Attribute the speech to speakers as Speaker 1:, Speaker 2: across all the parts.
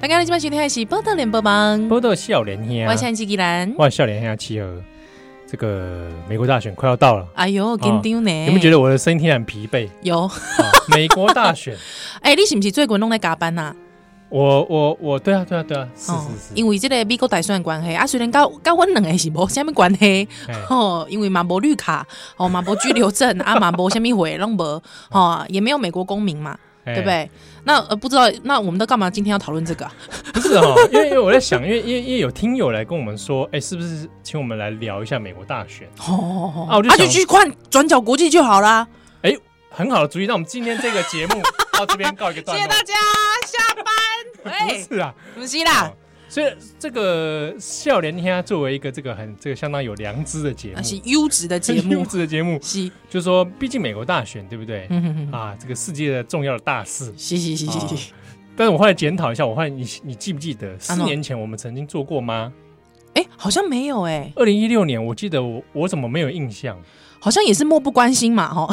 Speaker 1: 大家你今晚收听的是《波特联播网》，
Speaker 2: 波特笑脸兄，
Speaker 1: 嗯
Speaker 2: 啊
Speaker 1: 我是纪吉兰。
Speaker 2: 万笑脸兄企鹅，这个美国大选快要到了，
Speaker 1: 哎呦，紧张呢！
Speaker 2: 哦有没有觉得我的声音听起来很疲 惫？
Speaker 1: 有？
Speaker 2: 啊美国大选，
Speaker 1: 哎，你是不是最近拢在加班呐、啊？
Speaker 2: 我我我，对啊对啊对啊，是
Speaker 1: 哦
Speaker 2: 是是，
Speaker 1: 因为这个美国大选的关系啊，虽然跟跟阮两个是无虾米关系，
Speaker 2: 哎
Speaker 1: 哦，因为嘛无绿卡，哦嘛无居留 证，啊嘛无虾米回拢无，哦，也没有美国公民嘛，
Speaker 2: 哎
Speaker 1: 对不？对？那呃，不知道那我们都干嘛今天要讨论这个、啊？
Speaker 2: 不是哈，因为因为我在想，因为因为因为有听友来跟我们说，哎，是不是请我们来聊一下美国大选？
Speaker 1: 哦，
Speaker 2: 啊我就
Speaker 1: 啊就
Speaker 2: 想
Speaker 1: 去看转角国际就好啦。
Speaker 2: 哎，很好的主意，那我们今天这个节目到这边告一个
Speaker 1: 谢
Speaker 2: 段
Speaker 1: 谢
Speaker 2: 落
Speaker 1: 大。家，下班。
Speaker 2: 不
Speaker 1: 哎，
Speaker 2: 是啊，
Speaker 1: 不是啦，
Speaker 2: 所以这个笑脸兄啊作为一个这个很这个相当有良知的节目
Speaker 1: 那，啊是优质的节
Speaker 2: 优
Speaker 1: 目，
Speaker 2: 质的节目，
Speaker 1: 是，
Speaker 2: 就是说，毕竟美国大选，对不对？
Speaker 1: 嗯哼哼哦哼，
Speaker 2: 啊，这个世界的重要的大事。
Speaker 1: 是是是是是。
Speaker 2: 但是我后来检讨一下，我后来你你记不记得四
Speaker 1: 喏
Speaker 2: 年前我们曾经做过吗？
Speaker 1: 哎、好像没有哎、
Speaker 2: 二零一六年，我记得我我怎么没有印象？
Speaker 1: 好像也是漠不关心嘛，哈，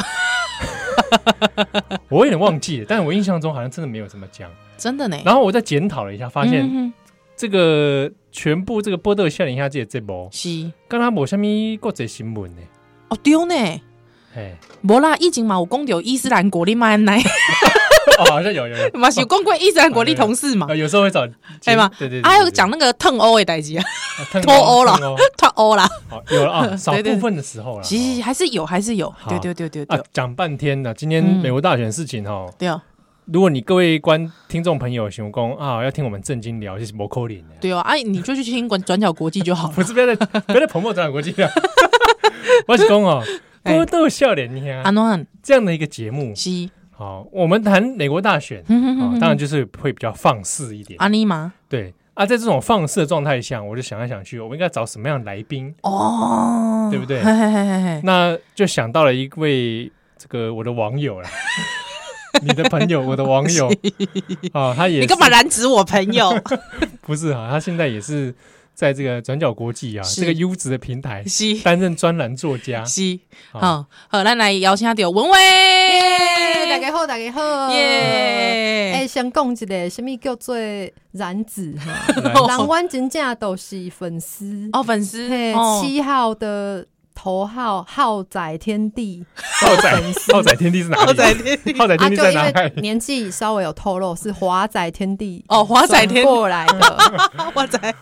Speaker 2: 我有点忘记了，但是我印象中好像真的没有怎么讲。
Speaker 1: 真的呢。
Speaker 2: 然后我再检讨了一下，发
Speaker 1: 嗯
Speaker 2: 现
Speaker 1: 哼
Speaker 2: 这个全部这个波特笑脸下这个节目，
Speaker 1: 是
Speaker 2: 刚刚没什么国际新闻呢。
Speaker 1: 哦丢呢，
Speaker 2: 哎，
Speaker 1: 无啦，疫情嘛，有讲到伊斯兰国你妈安奈，
Speaker 2: 哦，好像有有有，
Speaker 1: 嘛是有讲过伊斯兰国你同事嘛
Speaker 2: 呃，有时候会找
Speaker 1: 对吗
Speaker 2: 对对，
Speaker 1: 啊还有讲那个脱欧的代志啊，
Speaker 2: 脱
Speaker 1: 脱欧了脱欧啦，
Speaker 2: 好有了啊，少
Speaker 1: 对对
Speaker 2: 部分的时候了。
Speaker 1: 是是是还是有还是有，
Speaker 2: 好
Speaker 1: 对对对对
Speaker 2: 啊
Speaker 1: 对，
Speaker 2: 讲半天呢，今天
Speaker 1: 嗯
Speaker 2: 美国大选事情哦，
Speaker 1: 对哦
Speaker 2: 如果你各位观听众朋友想讲啊，要听我们正经聊，就是摩扣脸的，
Speaker 1: 对哦，哎你就去听转转角国际就好了
Speaker 2: 不是不要再不要再捧墨转国际了。 我是讲哦，
Speaker 1: 哎
Speaker 2: 波豆笑脸你
Speaker 1: 啊
Speaker 2: 看
Speaker 1: 暖
Speaker 2: 这样的一个节目，
Speaker 1: 是，
Speaker 2: 好，我们谈美国大选，
Speaker 1: 哼哼哼
Speaker 2: 啊，
Speaker 1: 哼
Speaker 2: 当然就是会比较放肆一点，
Speaker 1: 嗯安妮嘛，
Speaker 2: 对啊，在这种放肆的状态下，我就想来想去，我应该找什么样的来宾？
Speaker 1: 哦，
Speaker 2: 对不对
Speaker 1: 嘿嘿嘿嘿 嘿，
Speaker 2: 那就想到了一位这个我的网友 啦，你的朋友，我的网友啊，他也
Speaker 1: 你
Speaker 2: 是
Speaker 1: 干嘛染指我朋友？
Speaker 2: 不是啊，他现在也是在这个转角国际啊
Speaker 1: 是
Speaker 2: 这个优质的平台
Speaker 1: 是
Speaker 2: 担任专栏作家。
Speaker 1: 是，
Speaker 2: 好
Speaker 1: 好，好，咱来邀请到文威，
Speaker 3: 哎大家好，大家好，哎、
Speaker 1: 耶！
Speaker 3: 先讲一个，什么叫做 染指哈？
Speaker 2: 来
Speaker 1: 哦
Speaker 3: 人阮真正都是粉丝，
Speaker 1: 哦，粉丝
Speaker 3: 嘿、
Speaker 1: 哦
Speaker 3: 七号的头号浩仔天地，
Speaker 2: 浩仔，浩仔天地是哪里？
Speaker 1: 浩仔天地
Speaker 2: 浩仔天地啊在
Speaker 3: 啊就因
Speaker 2: 哪
Speaker 3: 为
Speaker 2: 里？
Speaker 3: 年纪稍微有透露，是华仔天地
Speaker 1: 哦，华仔天
Speaker 3: 转过来 的，
Speaker 1: 华仔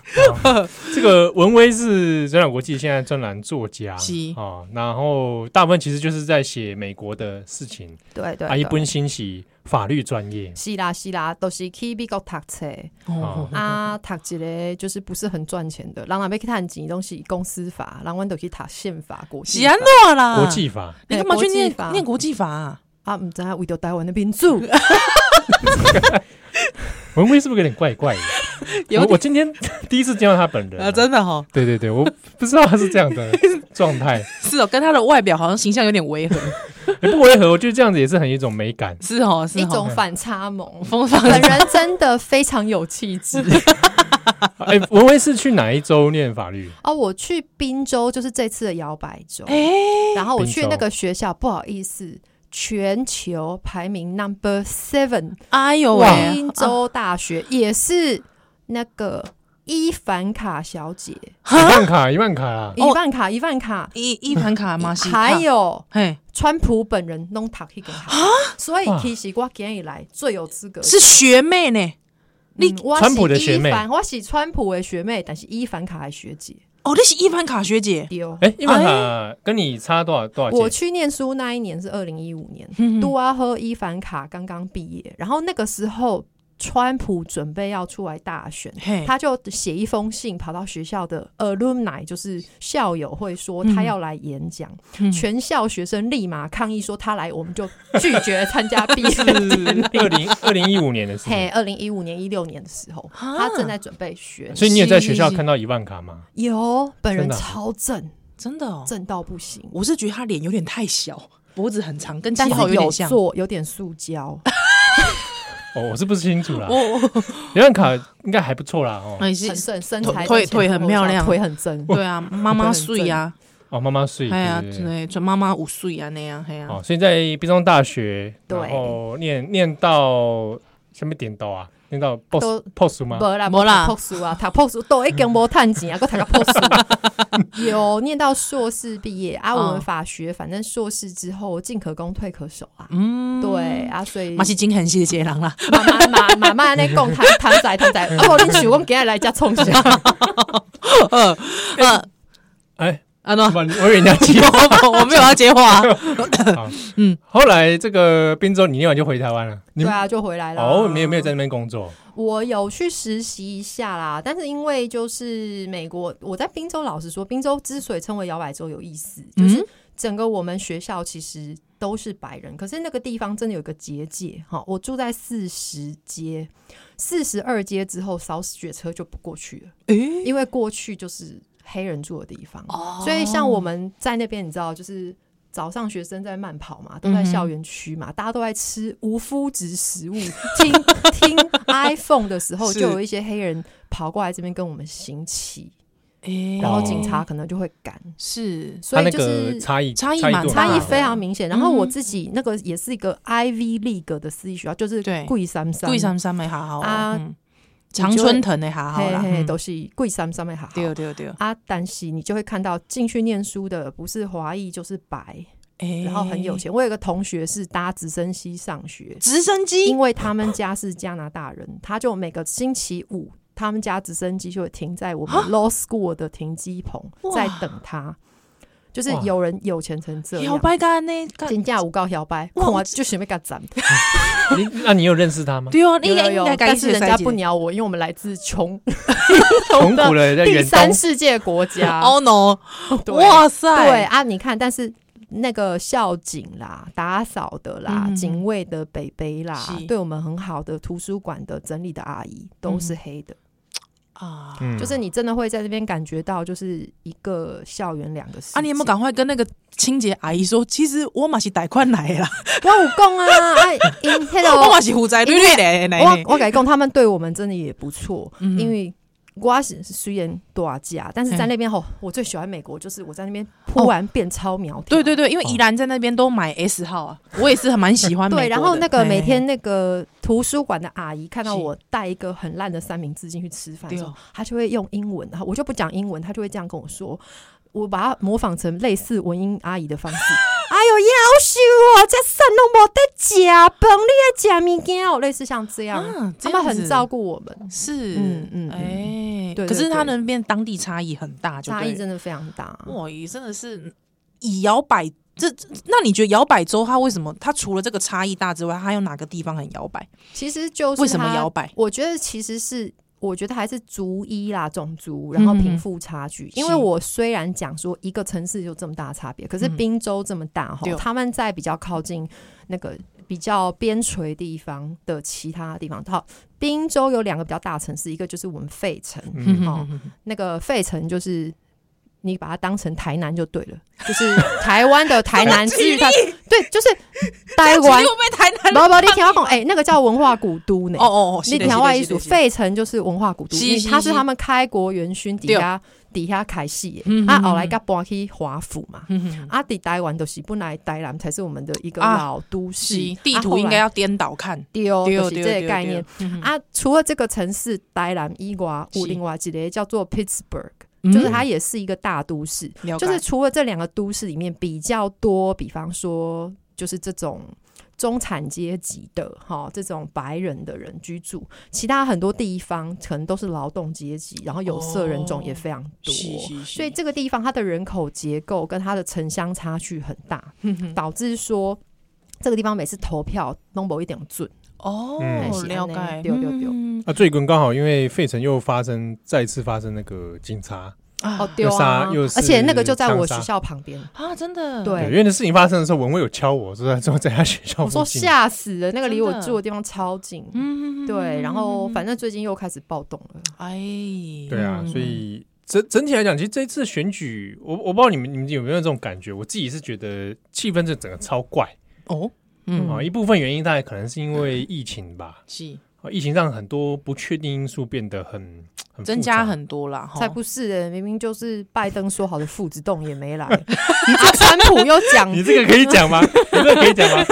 Speaker 2: 这个文威是转角国际现在专栏作家，
Speaker 1: 是
Speaker 2: 啊，然后大部分其实就是在写美国的事情，
Speaker 3: 对对
Speaker 2: 啊，一
Speaker 3: 对。
Speaker 2: 般欣喜法律专业，
Speaker 3: 是啦是啦，都、是去美国读册
Speaker 2: 哦
Speaker 1: 哦，
Speaker 3: 啊，读一个就是不是很赚钱的，人若要去趁钱，拢是公司法，人阮都去读宪法、国际
Speaker 1: 喜安
Speaker 3: 法
Speaker 1: 诺啦，
Speaker 2: 国，际法，
Speaker 1: 你干嘛去
Speaker 3: 哎国
Speaker 1: 念
Speaker 3: 际法
Speaker 1: 念国际法啊？
Speaker 3: 啊，毋知影为着台湾的民主，
Speaker 2: 文威是不是有点怪怪的？
Speaker 1: 有
Speaker 2: 我
Speaker 1: 点
Speaker 2: 我今天 第一次见到他本人啊
Speaker 1: 啊，真的
Speaker 3: 哦
Speaker 1: 哈，
Speaker 2: 对对对，我不知道他是这样的状态，
Speaker 1: 是哦，跟他的外表好像形象有点违和，
Speaker 2: 也不违和，我觉得这样子也是很一种美 感。
Speaker 1: 是哦，是
Speaker 3: 一
Speaker 1: 哦
Speaker 3: 种反差 萌。
Speaker 1: 风范
Speaker 3: 本人真的非常有气质
Speaker 2: 哎，文威是去哪一州念法律？
Speaker 3: 哦！我去滨州，就是这次的摇摆州，
Speaker 1: 哎，
Speaker 3: 然后我去
Speaker 2: 滨州
Speaker 3: 那个学校，不好意思，全球排名 number seven，
Speaker 1: 哎呦喂，
Speaker 3: 滨
Speaker 1: 啊
Speaker 3: 州大学、也是那个伊凡卡小姐，
Speaker 2: 一万卡，一万卡啊啦！
Speaker 3: 伊万卡，伊万卡，
Speaker 1: 伊伊凡卡马西卡
Speaker 3: 还，有
Speaker 1: 哎嘿，
Speaker 3: 川普本人弄塔克个好，所以
Speaker 2: 哇
Speaker 3: 其实我今天以来最有资格
Speaker 1: 是学妹呢。你
Speaker 3: 嗯我是
Speaker 2: 川普的学妹
Speaker 3: 伊凡我是川普的学妹，但是伊凡卡的学姐
Speaker 1: 哦，你是伊凡卡学姐，
Speaker 3: 丢。
Speaker 2: 哎，一万卡跟你差多少多少
Speaker 3: 我
Speaker 2: 届？
Speaker 3: 去念书那一年是二零一五年，
Speaker 1: 嗯
Speaker 3: 杜阿和伊凡卡刚刚毕业，然后那个时候川普准备要出来大选。
Speaker 1: 嘿，
Speaker 3: 他就写一封信，跑到学校的 alumni，就是校友会说他要来演讲，
Speaker 1: 嗯
Speaker 3: 全校学生立马抗议说他来，我们就拒绝参加毕 业
Speaker 2: 是
Speaker 3: 典礼。
Speaker 2: 二零二零一五年的事，
Speaker 3: 嘿，二零一五年、一六年的时候，
Speaker 1: 啊
Speaker 3: 他正在准备学，
Speaker 2: 所以你也在学校看到一万卡吗？
Speaker 3: 有本人
Speaker 2: 真的啊
Speaker 3: 超正，
Speaker 1: 真的哦，
Speaker 3: 正到不行，
Speaker 1: 我是觉得他脸有点太小，脖子很长，跟
Speaker 3: 但
Speaker 1: 七
Speaker 3: 是
Speaker 1: 号有
Speaker 3: 有
Speaker 1: 点像。
Speaker 3: 做有点塑胶，
Speaker 2: 哦，我是不清楚啦。
Speaker 1: 哦，哦
Speaker 2: 一万卡应该还不错啦哦。
Speaker 1: 哎
Speaker 3: 很
Speaker 1: 是，
Speaker 3: 正，身
Speaker 1: 腿
Speaker 3: 材
Speaker 1: 腿
Speaker 3: 前凸
Speaker 1: 腿很
Speaker 3: 后
Speaker 1: 漂
Speaker 3: 翘
Speaker 1: 亮
Speaker 3: 腿很正。
Speaker 1: 对啊，妈妈睡呀，
Speaker 2: 哦，妈妈睡。
Speaker 1: 哎呀，
Speaker 2: 对对对
Speaker 1: 对，准妈妈五岁啊那样，哎呀，
Speaker 2: 哦，所以在滨中大学，
Speaker 3: 对
Speaker 2: 然后念念到什么点到啊？那个 boss
Speaker 3: 都
Speaker 2: boss 吗？
Speaker 3: 无啦，
Speaker 1: 无啦
Speaker 3: 读 POS 啊，读 POS 都已经无趁钱啊，搁读个 POS。有念到硕士毕业啊，我
Speaker 1: 嗯
Speaker 3: 们法学反正硕士之后进可攻退可守啊。
Speaker 1: 嗯，
Speaker 3: 对，啊，所以
Speaker 1: 嘛是金很细的杰郎啦，
Speaker 3: 慢慢慢慢慢那讲摊摊仔摊仔，啊，我恁想讲今日来遮 创啥？
Speaker 1: 呃 呃，啊
Speaker 2: 哎，
Speaker 1: 安
Speaker 3: 啊
Speaker 1: 诺，
Speaker 2: 我我以为你要接。
Speaker 1: 我我没有要接话 啊，
Speaker 2: 后来这个滨州你念完就回台湾了，你
Speaker 3: 对啊，就回来了。
Speaker 2: 哦，没有没有在那边工作，
Speaker 3: 我有去实习一下啦，但是因为就是美国，我在宾州，老实说，宾州之所以称为摇摆州有意思，就是整个我们学校其实都是白人，可是那个地方真的有一个结界哈。我住在四十街，四十二街之后扫雪车就不过去了，
Speaker 1: 诶，
Speaker 3: 因为过去就是黑人住的地方，
Speaker 1: 哦
Speaker 3: 所以像我们在那边，你知道就是。早上学生在慢跑嘛，都
Speaker 1: 嗯
Speaker 3: 在
Speaker 1: 哼
Speaker 3: 校园区嘛，大家都在吃无麸质食物。听 听 iPhone 的时候，
Speaker 1: 是
Speaker 3: 就有一些黑人跑过来这边跟我们行乞，
Speaker 1: 诶
Speaker 3: 然后警
Speaker 1: 哦
Speaker 3: 察可能就会赶，
Speaker 1: 是
Speaker 3: 所
Speaker 2: 他
Speaker 3: 以
Speaker 2: 那
Speaker 3: 就
Speaker 2: 个
Speaker 3: 是
Speaker 2: 差异
Speaker 1: 差异
Speaker 2: 度啊
Speaker 1: 蛮
Speaker 2: 很
Speaker 1: 大
Speaker 3: 差
Speaker 1: 的
Speaker 3: 异
Speaker 2: 大
Speaker 3: 非常明显。然后
Speaker 1: 嗯
Speaker 3: 我自己那个也是一个 Ivy League 的私立学校，就是
Speaker 1: 对
Speaker 3: 贵三三，
Speaker 1: 贵三三的还好啊
Speaker 3: 啊，
Speaker 1: 嗯常春藤的还好
Speaker 3: 嘿
Speaker 1: 啦，
Speaker 3: 嘿
Speaker 1: 嗯
Speaker 3: 都是贵三三的好。
Speaker 1: 对对对，
Speaker 3: 啊，但是你就会看到进去念书的不是华裔就是白，
Speaker 1: 诶
Speaker 3: 然后很有，钱。我有一个同学是搭直升机上学，
Speaker 1: 直升机
Speaker 3: 因为他们家是加拿大人，他就每个星期五，他们家直升机就会停在我们 Law School 的停机棚
Speaker 1: 啊哇，
Speaker 3: 在等他。就是有人有钱成这
Speaker 1: 摇
Speaker 3: 样，
Speaker 1: 摆干呢，干
Speaker 3: 金价无告摇摆，
Speaker 1: 哇
Speaker 3: 看
Speaker 1: 我
Speaker 3: 我就准备给他斩。
Speaker 2: 你那你有认识 他吗？
Speaker 1: 对哦，你应
Speaker 3: 有
Speaker 1: 该
Speaker 3: 有
Speaker 1: 应
Speaker 3: 有
Speaker 1: 该，
Speaker 3: 但是人家不
Speaker 1: 鸟。
Speaker 3: 鸟我，因为我们来自穷
Speaker 2: 穷苦了，在
Speaker 3: 第
Speaker 2: 远东
Speaker 3: 三世界国家。
Speaker 1: Oh no！
Speaker 3: 对
Speaker 1: 哇塞，
Speaker 3: 对啊，你看，但是那个校警啦、打扫的啦、
Speaker 1: 嗯
Speaker 3: 警卫的北北啦
Speaker 1: 是，
Speaker 3: 对我们很好的图书馆的整理的阿姨都
Speaker 1: 嗯
Speaker 3: 是黑的。
Speaker 1: 啊。
Speaker 2: 嗯
Speaker 3: 就是你真的会在这边感觉到，就是一个校园两个世界。
Speaker 1: 啊，你有没有赶快跟那个清洁阿姨说？其实我嘛是贷款来的啦，
Speaker 3: 我有讲啊， 啊，因迄个
Speaker 1: 我嘛是负债累累的来的。
Speaker 3: 我我改讲，他们对我们真的也不错，
Speaker 1: 嗯
Speaker 3: 因为。我是虽然大家，但是在那边吼，我最喜欢美国，就是我在那边突然变超苗条。
Speaker 1: 哦对对对，因为
Speaker 2: 哦
Speaker 1: 宜兰在那边都买 S 号啊，我也是很蛮 喜欢美国的。
Speaker 3: 对，然后那个
Speaker 1: 嘿
Speaker 3: 每天那个图书馆的阿姨看到
Speaker 1: 是
Speaker 3: 我带一个很烂的三明治进去吃饭的时候
Speaker 1: 对，哦
Speaker 3: 她就会用英文，然后我就不讲英文，她就会这样跟我说。我把它模仿成类似文英阿姨 的方式。哎呦，也好羞哦，这山拢无得食，本你来食物件哦，类似像这样，
Speaker 1: 啊，
Speaker 3: 他们很照
Speaker 1: 糟，
Speaker 3: 顾我们，
Speaker 1: 是，
Speaker 3: 嗯嗯嗯
Speaker 1: 哎，
Speaker 3: 对对
Speaker 1: 可是它
Speaker 3: 对
Speaker 1: 那边当地差异很大，就
Speaker 3: 差
Speaker 1: 对
Speaker 3: 异
Speaker 1: 了
Speaker 3: 真的非常大。
Speaker 1: 哇，也真的是以摇摆这，这那你觉得摇摆州它为什么它除了这个差异大之外，它还有哪个地方很摇摆？
Speaker 3: 其实就是
Speaker 1: 为什么
Speaker 3: 它
Speaker 1: 摇摆？
Speaker 3: 我觉得其实是，我觉得还是族裔啦、种族，然后贫富差距。因为
Speaker 1: 嗯是
Speaker 3: 我虽然讲说一个城市有这么大的差别，可是
Speaker 1: 嗯
Speaker 3: 滨州这么大哈、
Speaker 1: 对
Speaker 3: 他们在比较靠近那个比较边陲地方的其他地方，好，滨州有两个比较大的城市，一个就是我们费城，
Speaker 2: 嗯
Speaker 3: 哦那个费城就是。你把它当成台南就对了， 就是台湾的台南，至于它， 对，就是台湾
Speaker 1: 会，被 台南人
Speaker 3: 不不，你听我讲，哎、那个叫文化古都呢，
Speaker 1: 哦哦哦，是
Speaker 3: 你
Speaker 1: 的是
Speaker 3: 条
Speaker 1: 的
Speaker 3: 外
Speaker 1: 是
Speaker 3: 艺
Speaker 1: 的
Speaker 3: 术，
Speaker 1: 是的
Speaker 3: 费城就是文化古都，
Speaker 1: 是
Speaker 3: 因为
Speaker 1: 是
Speaker 3: 它是
Speaker 1: 是
Speaker 3: 他们开国元勋底下底下开戏
Speaker 1: 嗯，
Speaker 3: 啊
Speaker 1: 嗯，
Speaker 3: 后来
Speaker 1: 嗯
Speaker 3: 噶搬去华府嘛，
Speaker 1: 嗯嗯嗯
Speaker 3: 啊，伫台湾都是本来台南才是我们的一个
Speaker 1: 啊
Speaker 3: 老都
Speaker 1: 是
Speaker 3: 市，
Speaker 1: 地图应该
Speaker 3: 要
Speaker 1: 要颠倒看，
Speaker 3: 丢，
Speaker 1: 对
Speaker 3: 就
Speaker 1: 哦
Speaker 3: 是
Speaker 1: 对哦
Speaker 3: 这
Speaker 1: 对
Speaker 3: 个
Speaker 1: 哦
Speaker 3: 概念
Speaker 1: 对哦嗯
Speaker 3: 啊。除了这个城市台南以外，有
Speaker 1: 是
Speaker 3: 另外一个叫做 Pittsburgh，
Speaker 1: 嗯
Speaker 3: 就是它也是一个大都市，
Speaker 1: 了解
Speaker 3: 就是除了这两个都市里面比较多，比方说就是这种中产阶级的哈、这种白人的人居住，其他很多地方可能都是劳动阶级，然后有色人种也非常多。
Speaker 1: 哦是是是
Speaker 3: 所以这个地方它的人口结构跟它的城乡差距很大，
Speaker 1: 嗯
Speaker 3: 导致说这个地方每次投票弄某一点准，
Speaker 1: 哦
Speaker 2: 嗯
Speaker 3: 是
Speaker 1: 了
Speaker 3: 安尼
Speaker 1: 解，
Speaker 3: 对对对
Speaker 1: 嗯
Speaker 2: 啊，最近刚好因为费城又发生再次发生那个警察，
Speaker 1: 啊
Speaker 3: 哦丢啊
Speaker 2: 又杀又，
Speaker 3: 而且那个就在我
Speaker 2: 是
Speaker 3: 学校旁边，
Speaker 1: 啊，真的
Speaker 3: 对
Speaker 2: 对，因为那事情发生的时候，文蔚有敲我，说在说在他学校
Speaker 3: 我
Speaker 2: 附
Speaker 3: 说
Speaker 2: 近，
Speaker 3: 吓死了，那个离我
Speaker 1: 真的
Speaker 3: 住的地方超近，
Speaker 1: 嗯
Speaker 3: 对，然后反
Speaker 1: 正
Speaker 3: 正最近又开始暴动了。
Speaker 1: 哎，
Speaker 2: 对啊，
Speaker 1: 嗯
Speaker 2: 所以整整体来讲，其实这次选举，我我不知道你们你们有没有这种感觉，我自己是觉得气氛这整个超怪
Speaker 1: 哦，嗯
Speaker 2: 啊，
Speaker 3: 嗯
Speaker 2: 一部分原因大概可能是因为疫情吧，
Speaker 1: 是
Speaker 2: 啊疫情让很多不确定因素变得很很复杂
Speaker 1: 增加很多啦，吼
Speaker 3: 才不是欸明明就是拜登说好的父子洞也没来， 啊，川普又讲
Speaker 2: 你这个可以讲吗？你这个可以讲吗？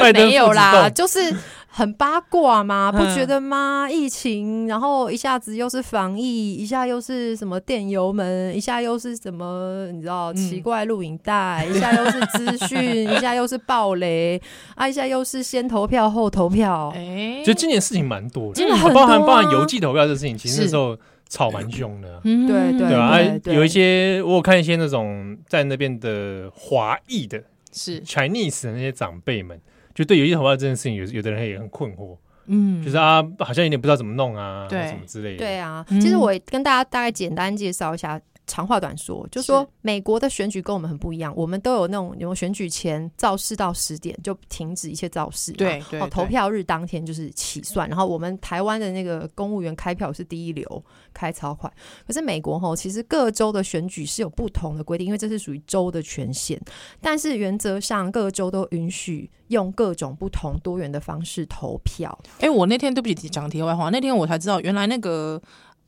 Speaker 2: 拜登
Speaker 3: 没有啦，
Speaker 2: 父子
Speaker 3: 就是很八卦嘛，
Speaker 1: 嗯
Speaker 3: 不觉得吗？疫情，然后一下子又是防疫，一下又是什么电油门，一下又是什么你知道
Speaker 1: 嗯
Speaker 3: 奇怪录影带，一下又是资 讯，一下又是暴雷，啊，一下又是先投票后投票，
Speaker 1: 哎嗯
Speaker 2: 就今年事情蛮多的，
Speaker 3: 真的很多
Speaker 2: 包
Speaker 3: 啊
Speaker 2: 含包含邮寄投票这事情，其实
Speaker 1: 是
Speaker 2: 那时候吵蛮凶的啊。
Speaker 1: 嗯
Speaker 3: 对对
Speaker 2: 对吧？
Speaker 3: 对
Speaker 2: 啊
Speaker 3: 对
Speaker 2: 有一些我有看一些那种在那边的华裔的
Speaker 1: 是
Speaker 2: Chinese 的那些长辈们，就对邮寄投票这件事情有，有的人也很困惑，
Speaker 1: 嗯
Speaker 2: 就是啊，好像有点不知道怎么弄啊，
Speaker 1: 对
Speaker 2: 什么之类的。
Speaker 3: 对啊，
Speaker 1: 嗯
Speaker 3: 其实我跟大家大概简单介绍一下。长话短说，就说
Speaker 1: 是
Speaker 3: 美国的选举跟我们很不一样，我们都有那种有选举前造势到十点就停止一切造势嘛，
Speaker 1: 对对
Speaker 3: 哦，投
Speaker 1: 对
Speaker 3: 票日当天就是起算，然后我们台湾的那个公务员开票是第一流开超快，可是美国吼，其实各州的选举是有不同的规定，因为这是属于州的权限，但是原则上各州都允许用各种不同多元的方式投票，
Speaker 1: 哎、我那天对不起讲题外话，那天我才知道原来那个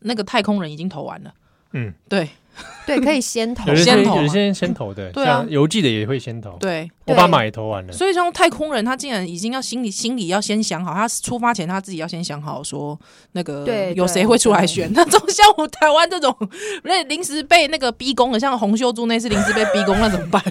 Speaker 1: 那个太空人已经投完了。
Speaker 2: 嗯，
Speaker 1: 对
Speaker 3: 对，可以先投
Speaker 2: 有些
Speaker 1: 先投啊
Speaker 2: 有些人先投的，
Speaker 1: 对啊
Speaker 2: 像邮寄的也会先投，
Speaker 1: 对，
Speaker 2: 我巴马也投完了。
Speaker 1: 所以像太空人，他竟然已经要心里心里要先想好，他出发前他自己要先想好说那个
Speaker 3: 对
Speaker 1: 有
Speaker 3: 对
Speaker 1: 谁会出来选。那种像我台湾这种那临时被那个逼宫的，像洪秀柱那次临时被逼宫，那怎么 办？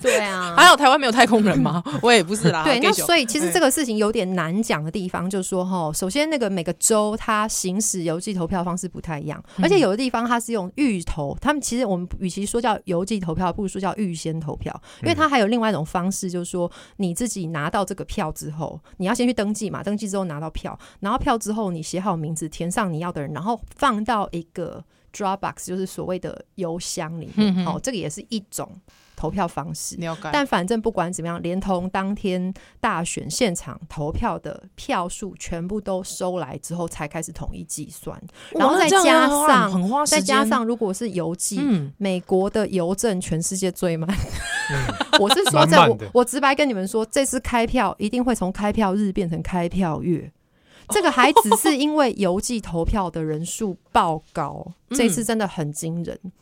Speaker 3: 对啊
Speaker 1: 还好台湾没有太空人吗？ 我也不是啦。
Speaker 3: 对，
Speaker 1: 给
Speaker 3: 那
Speaker 1: 小
Speaker 3: 所以其实
Speaker 1: 哎
Speaker 3: 这个事情有点难讲的地方，就是说哈，首先那个每个州它行使邮寄投票方式不太一样，
Speaker 1: 嗯
Speaker 3: 而且有的地方它是用预投，他们其实我们与其说叫邮寄投票，不如说叫预先投票，因为
Speaker 1: 嗯
Speaker 3: 它还有另外一种方式，就是说你自己拿到这个票之后，你要先去登记嘛，登记之后拿到票，拿到票之后你写好名字，填上你要的人，然后放到一个 Dropbox，就是所谓的邮箱里
Speaker 1: 嗯
Speaker 3: 面，
Speaker 1: 嗯
Speaker 3: 哦，这个也是一种投票方式。
Speaker 1: 了解，
Speaker 3: 但反正不管怎么样，连同当天大选现场投票的票数全部都收来之后，才开始统一计算。
Speaker 1: 哇
Speaker 3: 然后
Speaker 1: 那
Speaker 3: 再
Speaker 1: 这样
Speaker 3: 加
Speaker 1: 的话
Speaker 3: 上
Speaker 1: 很花时
Speaker 3: 再
Speaker 1: 间，
Speaker 3: 加上，如果是邮寄，
Speaker 1: 嗯，
Speaker 3: 美国的邮政全世界最慢。 我是说
Speaker 2: 蛮
Speaker 3: 这，
Speaker 2: 慢
Speaker 3: 我
Speaker 2: 的
Speaker 3: 我直白跟你们说，这次开票一定会从开票日变成开票月。这个还只是因为邮寄投票的人数爆高，
Speaker 1: 嗯
Speaker 3: 这次真的很惊人。
Speaker 1: 嗯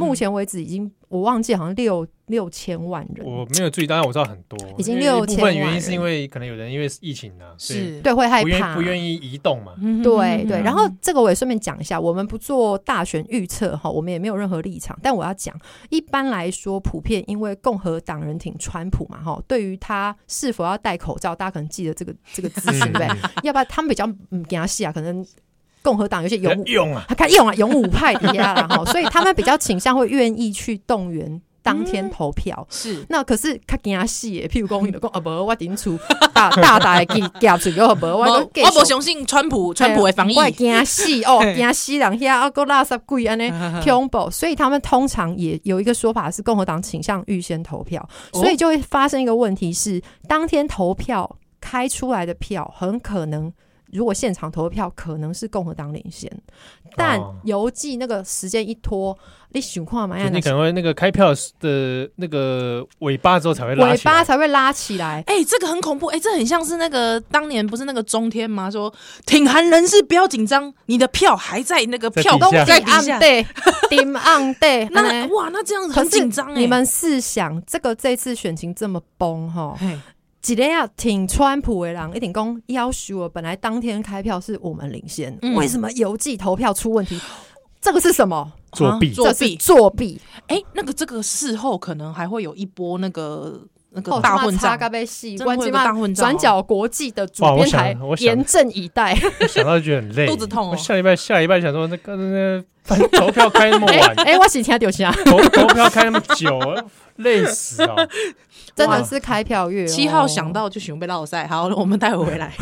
Speaker 3: 目前为止已经我忘记好像六六千万人，
Speaker 2: 我没有注意，当然我知道很多，
Speaker 3: 已经
Speaker 2: 因为一部
Speaker 3: 6000万
Speaker 2: 分原因
Speaker 3: 人
Speaker 2: 是因为可能有人因为疫情啊，所以
Speaker 1: 是，
Speaker 3: 对会害
Speaker 2: 不
Speaker 3: 怕，
Speaker 2: 愿不愿意移动嘛，
Speaker 1: 嗯
Speaker 3: 对对，
Speaker 2: 嗯
Speaker 3: 然后这个我也顺便讲一下，我们不做大选预测哈，我们也没有任何立场，但我要讲，一般来说，普遍因为共和党人挺川普嘛哈，对于他是否要戴口罩，大家可能记得这个这个 资讯
Speaker 2: 嗯
Speaker 3: 对，
Speaker 2: 嗯
Speaker 3: 要不然他们比较嗯给他戏啊，可能共和党有些勇武
Speaker 2: 不，用啊，
Speaker 3: 他看勇啊勇武派的呀，然后所以他们比较倾向会愿意去动员当天投票，
Speaker 1: 是
Speaker 3: 那可是较惊死的，譬如讲，伊就讲啊，无我顶厝大大大的夹夹住我无，
Speaker 1: 我
Speaker 3: 我就继
Speaker 1: 我不
Speaker 3: 续哎
Speaker 1: 相信川普川普的防疫
Speaker 3: 我，会惊死哦，
Speaker 1: 嘿
Speaker 3: 惊死人遐啊个垃圾鬼安尼恐怖，所以他们通常也有一个说法是共和党倾向预先投票，
Speaker 1: 哦
Speaker 3: 所以就会发生一个问题是，当天投票开出来的票很可能。如果现场投票可能是共和党领先，但
Speaker 2: 哦
Speaker 3: 邮寄那个时间一拖，你想看嘛哎
Speaker 2: 就？你可能会那个开票的那个尾巴之后才会拉
Speaker 3: 尾
Speaker 2: 起来
Speaker 3: 巴才会拉起来，
Speaker 1: 哎、这个很恐怖，哎、这很像是那个当年不是那个中天吗？说挺韩人士不要紧张，你的票还在那个
Speaker 2: 在
Speaker 1: 票
Speaker 2: 底
Speaker 1: 在
Speaker 2: 下
Speaker 3: 在
Speaker 1: 底下
Speaker 3: 暗。地，顶暗地，安
Speaker 1: 那
Speaker 3: 尼
Speaker 1: 哇，那这样子
Speaker 3: 可
Speaker 1: 很
Speaker 3: 是
Speaker 1: 紧张哎。
Speaker 3: 你们试想，这个这次选情这么崩哈，
Speaker 1: 嘿
Speaker 3: 一个要挺川普的人一定讲要求我，本来当天开票是我们领先，
Speaker 1: 嗯
Speaker 3: 为什么邮寄投票出问题？这个是什么？
Speaker 2: 作弊
Speaker 1: 啊，作
Speaker 3: 这是
Speaker 1: 弊
Speaker 3: 作弊，
Speaker 1: 哎、那个这个事后可能还会有一波那个那个
Speaker 3: 哦
Speaker 1: 大混账
Speaker 3: 这么差，到要死
Speaker 1: 真的
Speaker 3: 我
Speaker 1: 会有
Speaker 3: 这
Speaker 1: 个
Speaker 3: 么
Speaker 1: 大混账哦
Speaker 3: 转角国际的主
Speaker 2: 哇我
Speaker 3: 编
Speaker 2: 想
Speaker 3: 台
Speaker 2: 我想
Speaker 3: 严阵以 待。
Speaker 2: 我想到就觉得很累，
Speaker 1: 肚子痛哦
Speaker 2: 我下礼拜下礼拜想说那个那反正 投票开那么
Speaker 3: 哎
Speaker 2: 晚，
Speaker 3: 哎，我是听到啥？
Speaker 2: 投投票开那么久，累死哦。
Speaker 3: 真的是开票月哦
Speaker 1: 七号想到就想被落赛。好，我们待会回来。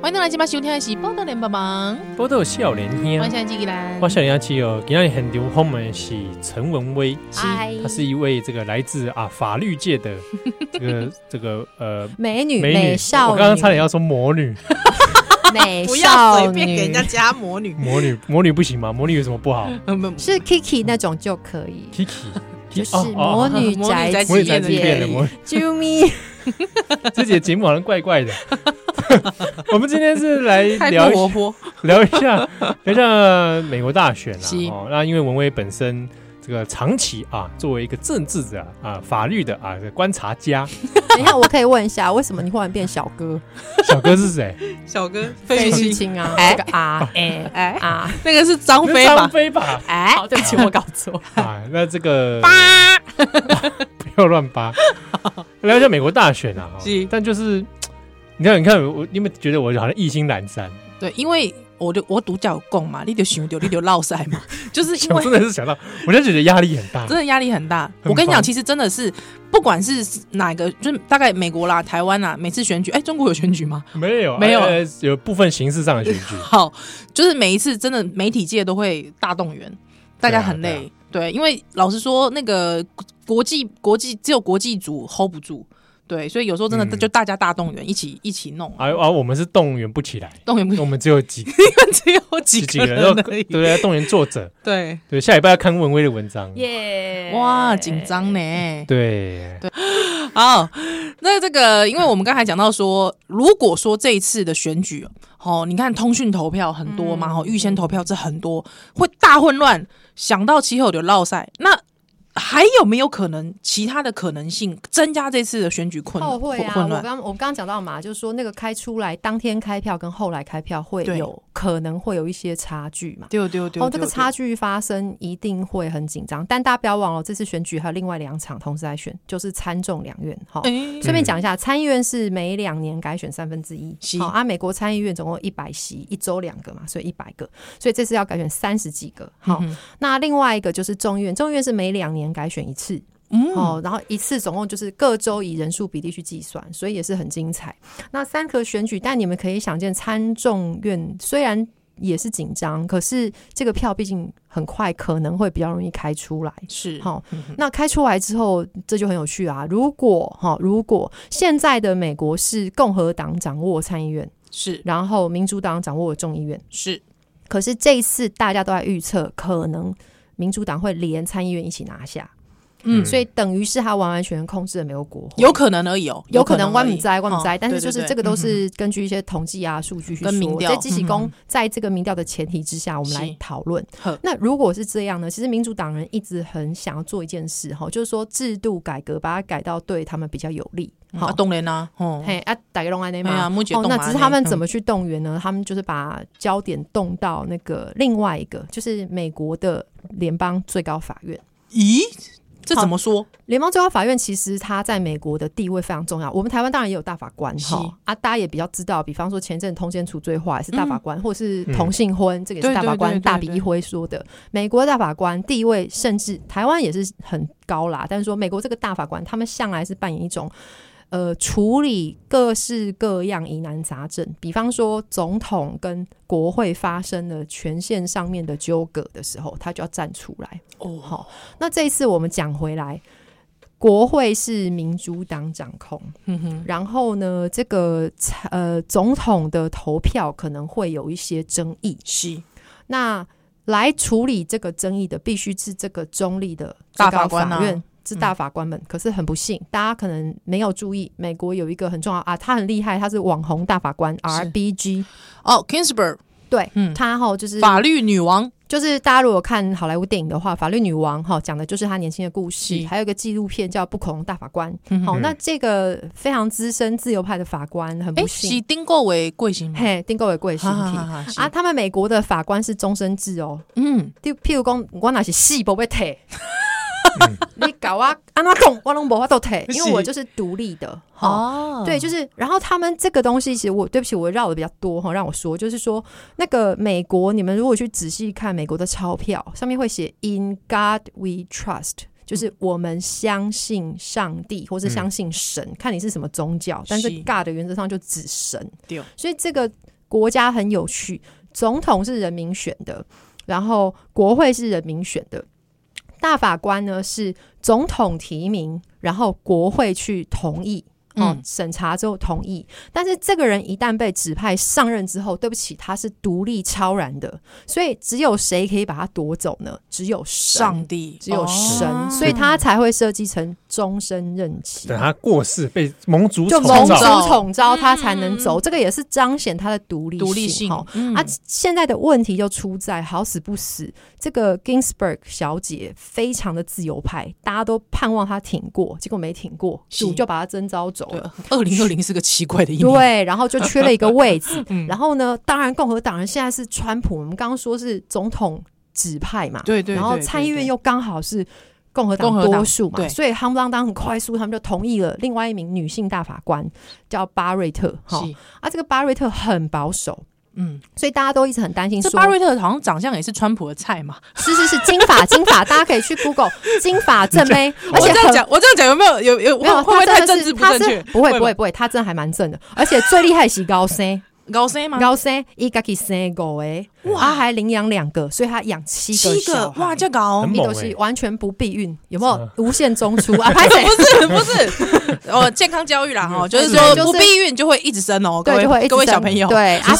Speaker 1: 欢迎回来今晚收听的是《报道联帮忙》，
Speaker 2: 波豆笑脸啊
Speaker 1: 欢迎
Speaker 2: 兄，
Speaker 1: 现在纪兰，
Speaker 2: 我笑脸兄七哦，今天很流行的是陈文威，
Speaker 3: 嗨
Speaker 2: 他是一位这个来自啊法律界 的这个这个呃
Speaker 3: 美女
Speaker 2: 美女，
Speaker 3: 美少
Speaker 2: 我
Speaker 3: 女，
Speaker 2: 刚刚差点要说魔女，
Speaker 3: 美
Speaker 1: 不要
Speaker 3: 少
Speaker 1: 随便
Speaker 3: 女，
Speaker 1: 给人家加魔 女。
Speaker 2: 魔女魔女不行吗？魔女有什么不好
Speaker 1: 嗯不
Speaker 3: 是 Kiki 那种就可以，
Speaker 2: ？Kiki，
Speaker 3: 就是
Speaker 2: 哦哦
Speaker 3: 魔女
Speaker 1: 魔女宅
Speaker 3: 宅
Speaker 1: 急
Speaker 2: 魔女
Speaker 1: 便
Speaker 2: 宅
Speaker 1: 的
Speaker 2: 急便的
Speaker 1: 也
Speaker 2: 魔女，
Speaker 3: 救命！
Speaker 2: 这节节目好像怪怪 的。我们今天是来
Speaker 1: 太
Speaker 2: 聊
Speaker 1: 不活泼，
Speaker 2: 聊一下聊一下美国大选啊
Speaker 1: 是。
Speaker 2: 哦，那因为文威本身这个长期啊，作为一个政治的啊、法律的啊观察家，
Speaker 3: 等一下，我可以问一下，为什么你忽然变小哥？
Speaker 2: 小哥是 谁？
Speaker 1: 小哥
Speaker 3: 费
Speaker 1: 费玉
Speaker 3: 玉
Speaker 1: 清
Speaker 3: 清啊，
Speaker 1: 哎
Speaker 3: 这个啊，哎
Speaker 1: 哎，
Speaker 3: 啊，
Speaker 1: 那个是张哦飞
Speaker 2: 张
Speaker 1: 吧？
Speaker 2: 飞吧？
Speaker 1: 哎，
Speaker 3: 好，对不起，我搞错。
Speaker 2: 啊，那这个 不要乱扒。聊一下美国大选啊，哦
Speaker 1: 是
Speaker 2: 但就是你看，你看我，你们觉得我好像意兴阑珊，
Speaker 1: 对，因为我就我独角共嘛，你就想丢，你就落塞 嘛，就是因
Speaker 2: 我
Speaker 1: 为
Speaker 2: 真的是想到，我就觉得压力很大
Speaker 1: 真。的压力很大。
Speaker 2: 很
Speaker 1: 我跟你讲，
Speaker 2: 烦
Speaker 1: 其实真的是不管是哪个，就是大概美国啦、台湾啦，每次选举，哎，中国有选举 吗？
Speaker 2: 没有，
Speaker 1: 没有，
Speaker 2: 呃有部分形式上的选举
Speaker 1: 好，就是每一次真的媒体界都会大动员，大家很累。
Speaker 2: 对
Speaker 1: 对，啊因为老实说，那个国际国际只有国际组 hold 不住，对，所以有时候真的
Speaker 2: 嗯
Speaker 1: 就大家大动员，一起一起弄啊，
Speaker 2: 而而我们是动员不起来，
Speaker 1: 动员不
Speaker 2: 我们只有几
Speaker 1: 只有 几
Speaker 2: 几
Speaker 1: 个
Speaker 2: 个人，
Speaker 1: 人
Speaker 2: 然后
Speaker 1: 而
Speaker 2: 对
Speaker 1: 已。
Speaker 2: 对，动员作者，
Speaker 1: 对，
Speaker 2: 对，下礼拜要看文威的文章，
Speaker 3: 耶
Speaker 1: 哇，紧张呢。
Speaker 2: 对，
Speaker 1: 好，那这个，因为我们刚才讲到说，如果说这一次的选举，哦，你看通讯投票很多嘛，
Speaker 3: 嗯
Speaker 1: 哦，预先投票这很多，会大混乱。想到其后有落赛，那还有没有可能其他的可能性增加这次的选举困
Speaker 3: 后会啊！
Speaker 1: 混
Speaker 3: 我
Speaker 1: 乱？
Speaker 3: 刚我刚刚讲到嘛，就是说那个开出来当天开票跟后来开票会
Speaker 1: 对
Speaker 3: 有可能会有一些差距嘛。
Speaker 1: 对对对，
Speaker 3: 哦，这个差距发生一定会很紧张，但大家不要忘了，这次选举还有另外两场同时在选，就是参众两院哈。
Speaker 1: 哎，
Speaker 3: 顺便讲一下，参议院是每两年改选三分之一
Speaker 1: 是，
Speaker 3: 好啊，美国参议院总共一百席，一周两个嘛，所以一百个，所以这次要改选三十几个。好，
Speaker 1: 嗯
Speaker 3: 那另外一个就是众议院，众议院是每两年改选一次，
Speaker 1: 嗯，
Speaker 3: 哦，然后一次总共就是各州以人数比例去计算，所以也是很精彩。那三个选举，但你们可以想见，参众院虽然也是紧张，可是这个票毕竟很快可能会比较容易开出来。
Speaker 1: 是
Speaker 3: 好、
Speaker 1: 嗯哼
Speaker 3: 那开出来之后，这就很有趣啊。如果哈、如果现在的美国是共和党掌握参议院，
Speaker 1: 是
Speaker 3: 然后民主党掌握众议院，
Speaker 1: 是，
Speaker 3: 可是这一次大家都在预测，可能民主党会连参议院一起拿下。
Speaker 1: 嗯，
Speaker 3: 所以等于是他完完全全控制了美国国会。
Speaker 1: 有可能而已哦，
Speaker 3: 有可能
Speaker 1: 而
Speaker 3: 关
Speaker 1: 已
Speaker 3: 不在，关不在，
Speaker 1: 哦
Speaker 3: 但是
Speaker 1: 对
Speaker 3: 就
Speaker 1: 对
Speaker 3: 是
Speaker 1: 对
Speaker 3: 这个都
Speaker 1: 嗯
Speaker 3: 是根据一些统计啊、数据去
Speaker 1: 跟民
Speaker 3: 说。
Speaker 1: 调
Speaker 3: 在积极
Speaker 1: 嗯
Speaker 3: 公
Speaker 1: 嗯
Speaker 3: 在这个民调的前提之下，我们
Speaker 1: 是
Speaker 3: 来讨论
Speaker 1: 呵。
Speaker 3: 那如果是这样呢？其实民主党人一直很想要做一件事哈，就是说制度改革，把它改到对他们比较有利。
Speaker 1: 嗯
Speaker 3: 好
Speaker 1: 啊，当然啦，哦，
Speaker 3: 嘿啊，打个龙安内
Speaker 1: 对啊，
Speaker 3: 嘛。
Speaker 1: 目前
Speaker 3: 哦，那只是他们怎
Speaker 1: 么
Speaker 3: 么去动员呢？他们就是把焦点动到那个另外一个，就是美国的联邦最高法院。
Speaker 1: 咦？这怎么说？
Speaker 3: 联邦最高法院其实它在美国的地位非常重要。我们台湾当然也有大法官
Speaker 1: 是
Speaker 3: 哈啊，大家也比较知道，比方说前阵通奸除罪化也是大法官，或是
Speaker 2: 嗯
Speaker 3: 同性婚，这个也
Speaker 1: 对
Speaker 3: 是大
Speaker 1: 对
Speaker 3: 法
Speaker 1: 对
Speaker 3: 官
Speaker 1: 对
Speaker 3: 大
Speaker 1: 对
Speaker 3: 笔一挥说的。美国的大法官地位甚至台湾也是很高啦，但是说美国这个大法官，他们向来是扮演一种。呃，处理各式各样疑难杂症，比方说总统跟国会发生了权限上面的纠葛的时候，他就要站出来。
Speaker 1: 哦，
Speaker 3: 好，那这一次我们讲回来，国会是民主党掌控，
Speaker 1: 嗯哼，
Speaker 3: 然后呢，这个呃总统的投票可能会有一些争议，
Speaker 1: 是
Speaker 3: 那来处理这个争议的，必须是这个中立的最
Speaker 1: 大
Speaker 3: 高
Speaker 1: 法官啊
Speaker 3: 法院。是大法官们，可是很不幸，大家可能没有注意，美国有一个很重要啊，他很厉害，他是网红大法官 RBG，
Speaker 1: 哦，Kingsburg
Speaker 3: 对、
Speaker 1: 嗯
Speaker 3: 他哈就是
Speaker 1: 法律女王
Speaker 3: 就是大家如果看好莱坞电影的话，《法律女王》哈讲的就是她年轻的故
Speaker 1: 是
Speaker 3: 事，还有一个纪录片叫《不恐龙大法官》。
Speaker 1: 嗯
Speaker 3: 好、
Speaker 2: 哼
Speaker 3: 那这个非常资深自由派的法官很
Speaker 1: 哎、
Speaker 3: 不幸，
Speaker 1: 是丁过为贵姓吗？
Speaker 3: 嘿，订购为贵新
Speaker 1: 哎哈
Speaker 3: 体
Speaker 1: 哈哈哈
Speaker 3: 啊，，他们美国的法官是终身制哦。
Speaker 1: 是嗯，
Speaker 3: 就譬如讲，我哪是戏不被退，
Speaker 1: 嗯
Speaker 3: 你搞啊，安怎讲，我拢无法度退，因为我就是独立的。好、
Speaker 1: 哦
Speaker 3: 对，就是，然后他们这个东西，其实我对不起，我绕的比较多哈，让我说，就是说那个美国，你们如果去仔细看美国的钞票，上面会写 “In God We Trust”，就是
Speaker 1: 嗯
Speaker 3: 我们相信上帝或是相信神，看你是什么宗教，但是
Speaker 1: 是
Speaker 3: God 的原则上就指神
Speaker 1: 对，
Speaker 3: 所以这个国家很有趣，总统是人民选的，然后国会是人民选的。大法官呢是总统提名，然后国会去同意，哦
Speaker 1: 嗯，
Speaker 3: 审查之后同意。但是这个人一旦被指派上任之后，对不起，他是独立超然的，所以只有谁可以把他夺走呢？只有神
Speaker 1: 上，帝
Speaker 3: 只有神，
Speaker 1: 哦
Speaker 3: 所以他才会设计成终身任期。
Speaker 2: 等他过世被盟主
Speaker 3: 就
Speaker 2: 宠
Speaker 3: 盟主
Speaker 1: 蒙
Speaker 2: 召，
Speaker 1: 召
Speaker 3: 统招，
Speaker 1: 嗯
Speaker 3: 他才能走。
Speaker 1: 嗯
Speaker 3: 这个也是彰显他的独立
Speaker 1: 独立性
Speaker 3: 哦
Speaker 1: 嗯
Speaker 3: 啊，现在的问题就出在好死不死，这个 Ginsburg 小姐非常的自由派，大家都盼望她挺过，结果没挺过，
Speaker 1: 是
Speaker 3: 主就把她征召走
Speaker 1: 对
Speaker 3: 了。，
Speaker 1: 二零二零是个奇怪的一年，
Speaker 3: 对，然后就缺了一个位置。
Speaker 1: 嗯
Speaker 3: 然后呢，当然共和党人现在是川普，我们刚刚说是总统指派嘛，
Speaker 1: 对对，
Speaker 3: 然后
Speaker 1: 对
Speaker 3: 参议院。
Speaker 1: 对对
Speaker 3: 又刚好是共和党
Speaker 1: 共和党
Speaker 3: 多数嘛，
Speaker 1: 对
Speaker 3: 所以夯不啷当很快速，他们就同意了另外一名女性大法官叫巴瑞特。哈
Speaker 1: 是
Speaker 3: 啊，这个巴瑞特很保守，
Speaker 1: 嗯，
Speaker 3: 所以大家都一直很担心
Speaker 1: 这
Speaker 3: 说，
Speaker 1: 巴瑞特好像长相也是川普的菜嘛。
Speaker 3: 是是是金发金发，大家可以去 Google 金发正妹，而
Speaker 1: 我
Speaker 3: 且
Speaker 1: 这样
Speaker 3: 很。
Speaker 1: 讲，我这样讲有没有有有
Speaker 3: 没有，
Speaker 1: 会不会
Speaker 3: 她
Speaker 1: 太
Speaker 3: 真
Speaker 1: 政
Speaker 3: 的是
Speaker 1: 治不正
Speaker 3: 她是
Speaker 1: 确？
Speaker 3: 不会
Speaker 1: 会
Speaker 3: 不会
Speaker 1: 吗
Speaker 3: 不会，她真的还蛮正的，而且最厉害是高生，
Speaker 1: 高 C 吗？
Speaker 3: 高生一家己生狗诶，他还领养两个，所以他养七个
Speaker 1: 七
Speaker 3: 小
Speaker 1: 个
Speaker 3: 孩
Speaker 1: 哇，这高
Speaker 2: 很
Speaker 3: 你
Speaker 2: 猛
Speaker 3: 都是
Speaker 2: 欸
Speaker 3: 完全不避孕，有没
Speaker 2: 是啊
Speaker 3: 有无限中出 啊？拍谁？
Speaker 1: 不是不是哦，健康教育啦哈，就是说
Speaker 3: 嗯就是
Speaker 1: 不避孕就会一直生哦，各
Speaker 3: 对，
Speaker 1: 位
Speaker 3: 就会一直
Speaker 1: 各位
Speaker 3: 生
Speaker 1: 小朋友，
Speaker 3: 对啊，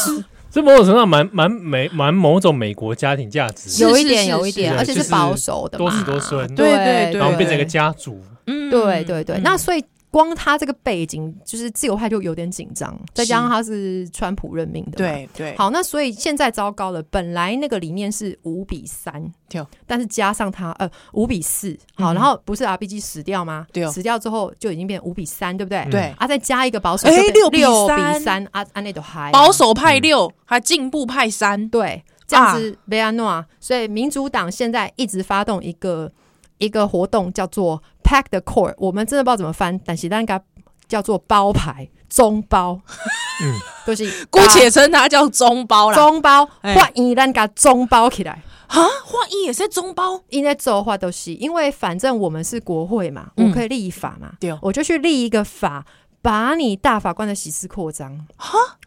Speaker 2: 这某种程度上蛮蛮美蛮某种美国家庭价值，
Speaker 3: 有
Speaker 1: 是
Speaker 3: 一
Speaker 1: 是
Speaker 3: 点
Speaker 1: 是
Speaker 3: 有一
Speaker 1: 是
Speaker 3: 点，
Speaker 2: 对
Speaker 3: 而且
Speaker 2: 就是
Speaker 3: 保守的
Speaker 2: 多
Speaker 3: 嘛
Speaker 2: 子，多孙，
Speaker 1: 对对
Speaker 3: 对
Speaker 2: 然后变成一个家族，
Speaker 1: 嗯
Speaker 3: 对对对。
Speaker 1: 嗯
Speaker 3: 那所以光他这个背景，就是自由派就有点紧张，再加上他是川普任命的，。
Speaker 1: 对对，
Speaker 3: 好，那所以现在糟糕了。本来那个理念是五比三
Speaker 1: 对，
Speaker 3: 但是加上他呃五比四，
Speaker 1: 嗯
Speaker 3: 好，然后不是 RPG 死掉吗？
Speaker 1: 对
Speaker 3: 死掉之后就已经变五比三，对不对？
Speaker 1: 对
Speaker 3: 啊，再加一个保守，
Speaker 1: 哎
Speaker 3: 就变
Speaker 1: 六比
Speaker 3: 六
Speaker 1: 三
Speaker 3: 比三，啊，安内都嗨
Speaker 1: 保守派六，
Speaker 3: 嗯
Speaker 1: 还进步派三，
Speaker 3: 对，这样子贝安诺啊，所以民主党现在一直发动一个一个活动，叫做 Pack the Core，我们真的不知道怎么翻，但是但该叫做包牌中包，
Speaker 2: 嗯，
Speaker 3: 就是
Speaker 1: 姑且称它叫中包
Speaker 3: 把
Speaker 1: 啦。
Speaker 3: 啊中包，
Speaker 1: 哎
Speaker 3: 换伊咱给中包起来。
Speaker 1: 啊，换一也是中包，
Speaker 3: 应该做的话都是，因为反正我们是国会嘛，
Speaker 1: 嗯
Speaker 3: 我可以立法嘛，
Speaker 1: 对
Speaker 3: 我就去立一个法，把你大法官的席次扩张。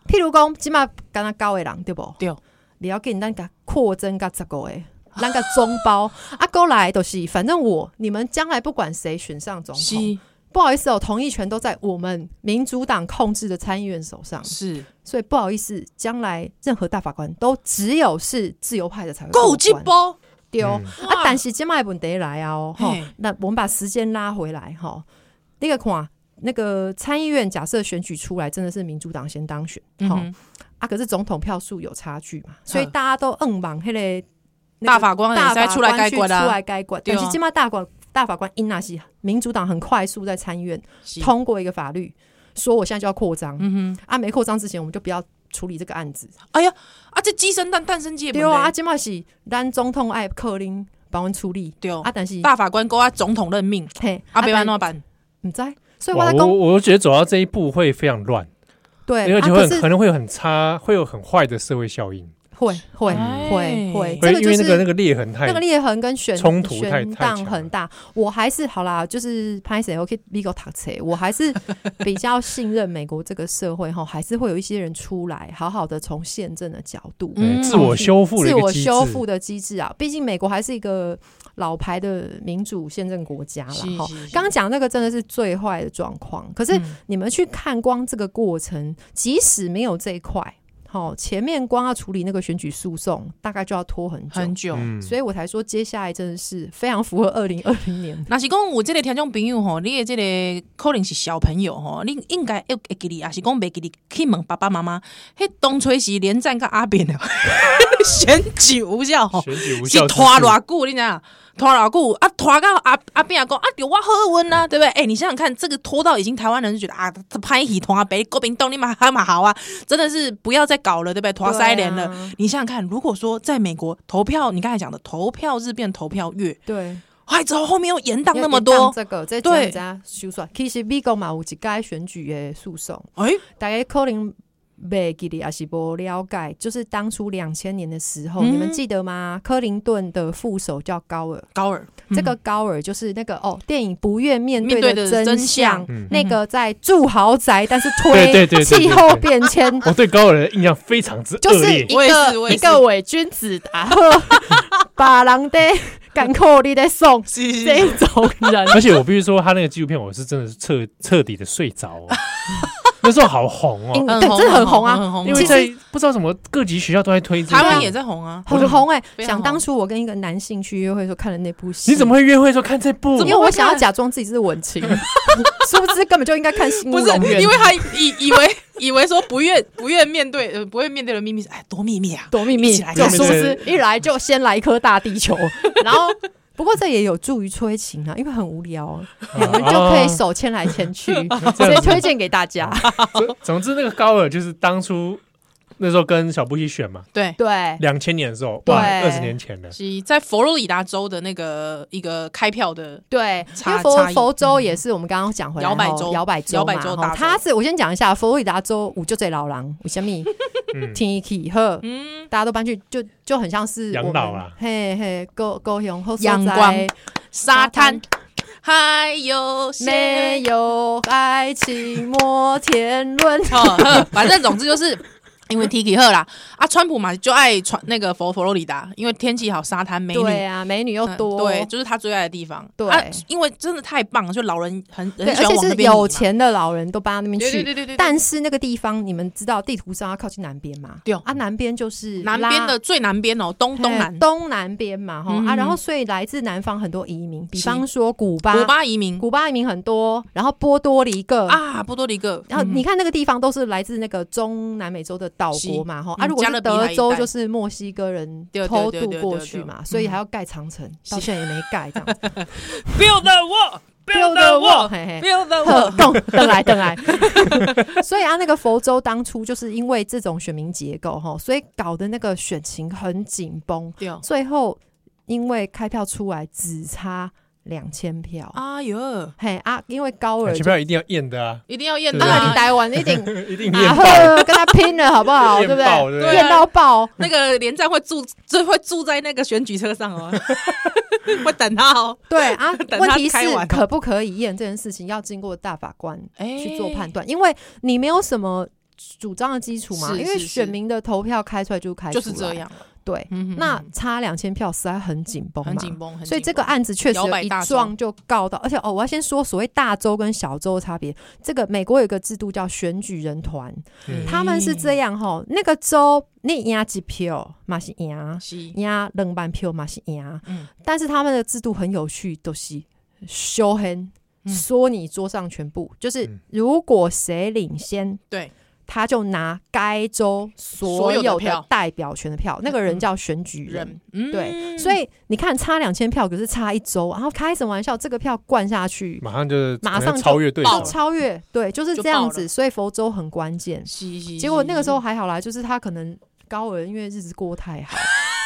Speaker 3: 譬如讲，起码刚刚高的人对不？
Speaker 1: 对，
Speaker 3: 你要给你那个扩增个十个诶，那个中包啊，过来都、是，反正我你们将来不管谁选上总统，
Speaker 1: 是
Speaker 3: 不好意思哦，同意权都在我们民主党控制的参议院手上，
Speaker 1: 是
Speaker 3: 所以不好意思，将来任何大法官都只有是自由派的才会
Speaker 1: 够
Speaker 3: 过
Speaker 1: 进
Speaker 3: 关
Speaker 1: 包，
Speaker 3: 对哦。
Speaker 2: 嗯
Speaker 3: 啊，但是今麦问题来啊哦，吼
Speaker 1: 嘿
Speaker 3: 那我们把时间拉回来哈，吼你个看那个参议院假设选举出来真的是民主党先当选，
Speaker 1: 嗯
Speaker 3: 好、
Speaker 1: 哼
Speaker 3: 啊，可是总统票数有差距嘛，所以
Speaker 1: 嗯
Speaker 3: 大家都硬往迄个那
Speaker 1: 大
Speaker 3: 个
Speaker 1: 法官也
Speaker 3: 大
Speaker 1: 是在
Speaker 3: 法
Speaker 1: 出来
Speaker 3: 官
Speaker 1: 该
Speaker 3: 去
Speaker 1: 关
Speaker 3: 出
Speaker 1: 啦，
Speaker 3: 来改管，
Speaker 1: 对
Speaker 3: 但
Speaker 1: 啊
Speaker 3: 是今麦大管大法官因那些民主党很快速在参议院
Speaker 1: 是
Speaker 3: 通过一个法律，说我现在就要扩张、
Speaker 1: 嗯哼，
Speaker 3: 啊，没扩张之前我们就不要处理这个案子，
Speaker 1: 哎呀，啊这鸡生蛋，蛋生鸡，
Speaker 3: 对哦啊，，今麦是咱总统爱克林帮阮处理，
Speaker 1: 对哦
Speaker 3: 啊，，但是
Speaker 1: 大法官勾啊总统任命，
Speaker 3: 嘿
Speaker 1: 啊别
Speaker 3: 但
Speaker 1: 办那办，
Speaker 3: 唔知，所以我
Speaker 2: 哇哦我
Speaker 3: 在讲
Speaker 2: 我觉得走到这一步会非常乱，
Speaker 3: 对，
Speaker 2: 而
Speaker 3: 啊
Speaker 2: 且会
Speaker 3: 可
Speaker 2: 很
Speaker 3: 是
Speaker 2: 可能会有很差，会有很坏的社会效应，
Speaker 3: 会会
Speaker 1: 哎
Speaker 3: 会会，
Speaker 2: 会
Speaker 3: 这
Speaker 2: 因
Speaker 3: 个就
Speaker 2: 为那个那
Speaker 3: 是
Speaker 2: 个裂痕太
Speaker 3: 那个裂痕跟悬
Speaker 2: 冲突太
Speaker 3: 悬
Speaker 2: 太
Speaker 3: 荡
Speaker 2: 强了
Speaker 3: 很大。我还是好啦，就是拍谁 OK v i g o 塔车，我还是 比较信任美国这个社会哈，还是会有一些人出来好好的从宪政的角度。
Speaker 1: 嗯
Speaker 2: 嗯自我修复的一
Speaker 3: 自
Speaker 2: 个
Speaker 3: 我
Speaker 2: 机制，
Speaker 3: 修复的机制啊，毕竟美国还是一个老牌的民主宪政国家啦。
Speaker 1: 是
Speaker 3: 哈
Speaker 1: 是是，
Speaker 3: 刚刚讲那个真的是最坏的状况，可是
Speaker 1: 嗯
Speaker 3: 你们去看光这个过程，即使没有这一块，好、前面光要处理那个选举诉讼，大概就要拖很久。
Speaker 1: 很久。
Speaker 2: 嗯
Speaker 3: 所以我才说，接下来真的是非常符合二零二 零年。
Speaker 1: 若是讲有即个听众朋友吼，你的即个可能是小朋友吼，你应该会会记哩，也是讲袂记哩，去问爸爸妈妈。迄当初是连战甲阿扁的 选举无效
Speaker 3: 嗯
Speaker 1: 吼，
Speaker 2: 选举无
Speaker 1: 是
Speaker 2: 效之
Speaker 1: 拖
Speaker 2: 术
Speaker 1: 偌久，你知影拖偌久啊，拖到阿阿扁讲啊，对我好温啊，对不对？哎、你想想看，这个拖到已经台湾人就觉得啊，这拍戏拖啊，北国民动你嘛还嘛好啊，真的是不要再搞了，对不对？拖塞脸了。
Speaker 3: 对啊
Speaker 1: 你想想看，如果说在美国投票，你刚才讲的投票日变投票月，
Speaker 3: 对，
Speaker 1: 还之后后面又延宕那么
Speaker 3: 因为当
Speaker 1: 多，
Speaker 3: 这个这
Speaker 1: 对
Speaker 3: 人家修算，其实美国嘛有一届选举的诉讼，
Speaker 1: 哎、
Speaker 3: 大概可能袂记得也是不了解，就是当初两千年的时候，
Speaker 1: 嗯
Speaker 3: 你们记得吗？克林顿的副手叫高尔，
Speaker 1: 高尔，
Speaker 2: 嗯
Speaker 3: 这个高尔就是那个哦，电影《不愿面对
Speaker 1: 面对的
Speaker 3: 真
Speaker 1: 真相
Speaker 2: 嗯
Speaker 3: 那个在住豪宅，但是
Speaker 2: 对对对
Speaker 3: 推
Speaker 2: 对对
Speaker 3: 气候变迁，
Speaker 2: 我对高尔的印象非常之恶
Speaker 3: 就是
Speaker 2: 劣
Speaker 3: 一，
Speaker 1: 我也是
Speaker 3: 个
Speaker 1: 我也
Speaker 3: 一
Speaker 1: 是
Speaker 3: 个伪君子打把郎的敢扣你在送这一 种人，
Speaker 2: 而且我必须说，他那个纪录片，我是真的是彻彻底的睡着、 哦，那时候好红哦，
Speaker 1: 嗯
Speaker 3: 对，
Speaker 1: 红
Speaker 3: 真的很红
Speaker 1: 很
Speaker 3: 啊
Speaker 1: 红，
Speaker 2: 因
Speaker 1: 其实
Speaker 2: 为在不知道什么各级学校都在推这个。
Speaker 1: 台湾也在红啊，
Speaker 3: 很红哎、
Speaker 1: 非常
Speaker 3: 想
Speaker 1: 红
Speaker 3: 当初我跟一个男性去约会的时候看了那部戏，
Speaker 2: 你怎么会约会的时候看这部？
Speaker 1: 怎
Speaker 3: 因
Speaker 1: 么
Speaker 3: 为
Speaker 1: 会
Speaker 3: 我
Speaker 1: 看
Speaker 3: 想要假装自己是文青，殊不知根本就应该看《新乌
Speaker 1: 不是
Speaker 3: 龙院》，
Speaker 1: 因为他以以为以为说不愿不愿面对呃不愿面对的秘密是哎多秘密 啊，
Speaker 3: 多秘
Speaker 1: 一
Speaker 3: 密
Speaker 1: 起来，
Speaker 3: 就
Speaker 1: 看
Speaker 3: 殊不
Speaker 2: 对
Speaker 3: 知一来就先来一颗大 地球，然后。不过这也有助于催情啊，因为很无聊、啊，
Speaker 2: 我
Speaker 3: 我们
Speaker 1: 哦
Speaker 3: 就可以手牵来 牵去，所以推荐给大家。
Speaker 2: 总之，那个高尔就是当初那时候跟小布一起选嘛，
Speaker 1: 对。
Speaker 3: 对，
Speaker 2: 两千年的时候，哇，
Speaker 3: 对
Speaker 2: 二十年前了。
Speaker 1: 是在佛罗里达州的那个一个开票的，
Speaker 3: 对，因
Speaker 1: 差
Speaker 3: 为佛
Speaker 1: 差异嗯
Speaker 3: 佛州也是我们刚刚讲回来
Speaker 1: 摇摆
Speaker 3: 吼
Speaker 1: 州
Speaker 3: 摇摆州
Speaker 1: 摇
Speaker 3: 嘛
Speaker 1: 摆州
Speaker 3: 吼
Speaker 1: 大州
Speaker 3: 它是我先讲一下，佛罗里达州有就最老狼，有什么
Speaker 2: 嗯，
Speaker 3: 天气好，
Speaker 1: 嗯，
Speaker 3: 大家都搬去，就就很像是
Speaker 2: 养
Speaker 3: 我们
Speaker 2: 老啦
Speaker 3: 嘿嘿，高高雄后
Speaker 1: 阳光沙滩，还有谁？
Speaker 3: 没有爱情摩天 轮，
Speaker 1: 哦，呵反正总之就是因为 Tiki 赫啦，啊，川普嘛就爱传那个佛佛罗里达，因为天气好，沙滩美女
Speaker 3: 对啊，美女又
Speaker 1: 嗯
Speaker 3: 多，
Speaker 1: 对，就是他最爱的地方。
Speaker 3: 对
Speaker 1: 啊因为真的太棒了，就老人很
Speaker 3: 对，
Speaker 1: 很喜
Speaker 3: 而
Speaker 1: 欢
Speaker 3: 且
Speaker 1: 往那
Speaker 3: 是
Speaker 1: 边移嘛
Speaker 3: 有，钱的老人都搬到那边
Speaker 1: 对对
Speaker 3: 去。
Speaker 1: 对对对。
Speaker 3: 但是那个地方，你们知道地图上要靠近南边嘛？
Speaker 1: 对
Speaker 3: 啊，南边就是
Speaker 1: 南
Speaker 3: 拉
Speaker 1: 边的最南边哦，东东
Speaker 3: 嘿
Speaker 1: 南，
Speaker 3: 东南边嘛，哈、
Speaker 1: 嗯
Speaker 3: 啊，然后所以来自南方很多移民，比
Speaker 1: 是
Speaker 3: 方说古巴，
Speaker 1: 古巴移民
Speaker 3: 古巴移民很多，然后波多黎各。
Speaker 1: 啊，波多黎各。
Speaker 3: 然后
Speaker 1: 嗯
Speaker 3: 你看那个地方都是来自那个中南美洲的岛国嘛，哈啊，
Speaker 1: 嗯
Speaker 3: 如果
Speaker 1: 加勒
Speaker 3: 是
Speaker 1: 比海
Speaker 3: 德
Speaker 1: 一带
Speaker 3: 州就是墨西哥人
Speaker 1: 对对
Speaker 3: 偷
Speaker 1: 对
Speaker 3: 渡
Speaker 1: 对
Speaker 3: 过
Speaker 1: 对
Speaker 3: 去
Speaker 1: 对
Speaker 3: 嘛，
Speaker 1: 嗯
Speaker 3: 所以还要盖长 城，到现在也没盖，这样
Speaker 1: build the wall，build the
Speaker 2: 哎
Speaker 3: 嘿嘿
Speaker 1: wall，build the
Speaker 3: 呵
Speaker 1: wall。
Speaker 3: 动等来等 来，所以啊，那个佛州当初就是因为这种选民结构哈，所以搞的那个选情很紧绷，
Speaker 1: 对，哦
Speaker 3: 最后因为开票出来只差两千票，
Speaker 1: 哎呦，
Speaker 3: 嘿啊，因为高
Speaker 2: 买
Speaker 3: 尔
Speaker 2: 机票一定要验的啊，
Speaker 1: 一定要验
Speaker 2: 对
Speaker 1: 到
Speaker 3: 当然
Speaker 1: 啊
Speaker 3: 你台湾一定
Speaker 2: 一定
Speaker 3: 啊
Speaker 2: 验
Speaker 3: 呵，跟他拼了好不好？对
Speaker 2: 验
Speaker 3: 不
Speaker 2: 爆，
Speaker 3: 对？
Speaker 2: 对不
Speaker 1: 对
Speaker 2: 对？
Speaker 1: 啊
Speaker 3: 验到爆，
Speaker 1: 那个连战会住，就会住在那个选举车上哦， 会等他哦。
Speaker 3: 对啊
Speaker 1: 等。他
Speaker 3: 问题是
Speaker 1: 开完哦
Speaker 3: 可不可以验这件事情，要经过大法官
Speaker 1: 哎
Speaker 3: 去做判，断，因为你没有什么主张的基础嘛，
Speaker 1: 是
Speaker 3: 因为
Speaker 1: 是是
Speaker 3: 选民的投票开出来就开出
Speaker 1: 哎就
Speaker 3: 来，
Speaker 1: 是这。样。
Speaker 3: 对，
Speaker 1: 嗯哼
Speaker 3: 那
Speaker 1: 嗯
Speaker 3: 差两千票实在很紧绷嘛，
Speaker 1: 很紧绷，很紧绷
Speaker 3: 所以这个案子确实
Speaker 1: 摇
Speaker 3: 有
Speaker 1: 摆
Speaker 3: 一
Speaker 1: 大州
Speaker 3: 撞就告到，而且哦，我要先说所谓大州跟小州的差别。这个美国有一个制度叫选举人团，
Speaker 2: 嗯
Speaker 3: 他们是这样哈，那个州你赢几票嘛是赢，
Speaker 1: 是
Speaker 3: 赢两万票嘛是赢，
Speaker 1: 嗯
Speaker 3: 但是他们的制度很有趣，都、是修黑
Speaker 1: 嗯
Speaker 3: 说你桌上全部，就是
Speaker 2: 嗯
Speaker 3: 如果谁领先，
Speaker 1: 对。
Speaker 3: 他就拿该州所
Speaker 1: 所有的
Speaker 3: 有的
Speaker 1: 票
Speaker 3: 代表权的票，那个人
Speaker 1: 嗯
Speaker 3: 叫选举人，
Speaker 1: 人，嗯
Speaker 3: 对，所以你看差两千票，可是差一周，然后开什么玩笑？这个票灌下去
Speaker 2: 马上就是
Speaker 3: 马上
Speaker 2: 可能超越对手
Speaker 1: 爆
Speaker 3: 就
Speaker 1: 了
Speaker 2: 了，
Speaker 3: 超越，对，就是
Speaker 1: 就
Speaker 3: 这样
Speaker 1: 爆了
Speaker 3: 子。所以佛州很关键。
Speaker 1: 是是
Speaker 3: 结果那个时
Speaker 1: 是
Speaker 3: 候还好啦，就是他可能高尔因为日子过太好，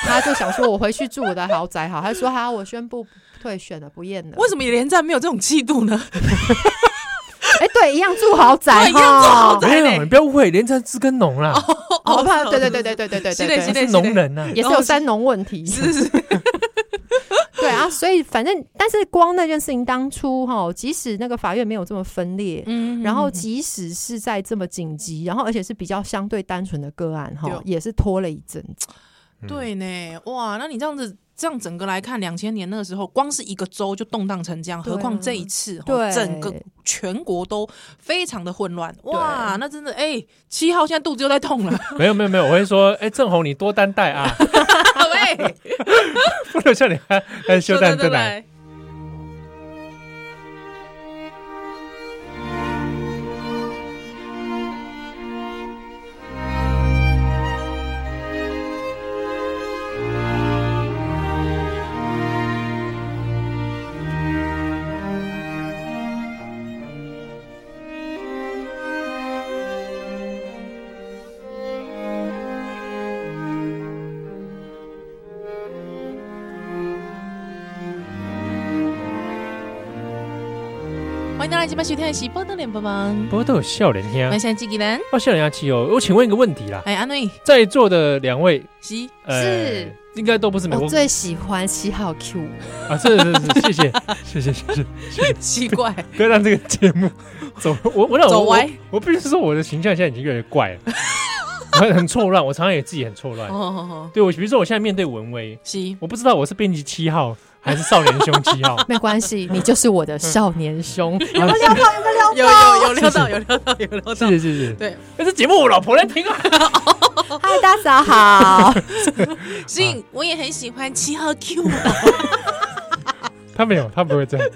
Speaker 3: 他就想说我回去住我的豪宅好，他说好，我宣布退选了，不验了。
Speaker 1: 为什么连战没有这种气度呢？
Speaker 3: 哎，对，一样住豪宅，
Speaker 1: 对一样住豪
Speaker 3: 哈
Speaker 1: 宅
Speaker 2: 没有，你不要误会，连战知跟农啦，
Speaker 3: 好不
Speaker 1: 是
Speaker 3: 好？
Speaker 1: 哦
Speaker 3: 对对对对对对对
Speaker 1: 是的
Speaker 3: 对
Speaker 1: 是
Speaker 3: 对，
Speaker 1: 的
Speaker 2: 是农人啊呐，
Speaker 3: 也是有三农问题。
Speaker 1: 是是是，
Speaker 3: 对啊，所以反正，但是光那件事情当初哈，即使那个法院没有这么分裂，
Speaker 1: 嗯
Speaker 3: 然后即使是在这么紧急，然后而且是比较相对单纯的个案
Speaker 1: 对哦
Speaker 3: 哈，也是拖了一阵子。
Speaker 2: 嗯，
Speaker 1: 对呢，哇，那你这样子。这样整个来看，两千年那个时候，光是一个州就动荡成这样，
Speaker 3: 对啊
Speaker 1: 何况这一次，哦
Speaker 3: 对，
Speaker 1: 整个全国都非常的混乱，哇，
Speaker 3: 对
Speaker 1: 那真的，哎，七号现在肚子又在痛了，
Speaker 2: 没有没有没有，我会说，哎，郑红你多担待啊，
Speaker 1: 喂，
Speaker 2: 不能像你还还修哎蛋对吧？
Speaker 1: 来。欢迎大家今晚收听的是《波多连帮忙》，
Speaker 2: 不过都有笑脸
Speaker 1: 我
Speaker 2: 听，
Speaker 1: 现在自己人，
Speaker 2: 哦，笑脸要气哦。我请问一个问题啦，
Speaker 1: 哎，安瑞
Speaker 2: 在座的两位，
Speaker 1: 是
Speaker 2: 呃
Speaker 3: 是哦
Speaker 2: 应该都不是美
Speaker 3: 我
Speaker 2: 国
Speaker 3: 最喜欢七号 Q，
Speaker 2: 啊，是是是，谢谢谢谢谢谢，
Speaker 1: 奇怪，
Speaker 2: 不要让这个节目走我我让我
Speaker 1: 走歪
Speaker 2: 我我必须说我的形象现在已经越来越怪了，很很错乱，我常常也自己很错乱
Speaker 1: 哦。哦哦，
Speaker 2: 对我，比如说我现在面对文威，
Speaker 1: 是
Speaker 2: 我不知道我是编辑七号还是少年胸肌号？
Speaker 3: 没关系，你就是我的少年兄。
Speaker 2: 好
Speaker 3: 料
Speaker 1: 嗯
Speaker 3: 到有个料
Speaker 1: 有有有料到，有料 到，有料到。
Speaker 2: 谢谢谢谢。
Speaker 1: 对，
Speaker 2: 但是节目我老婆在听啊。
Speaker 3: 嗨，大嫂好。
Speaker 1: 所以我也很喜欢七号 Q
Speaker 2: 他没有，他不会这样。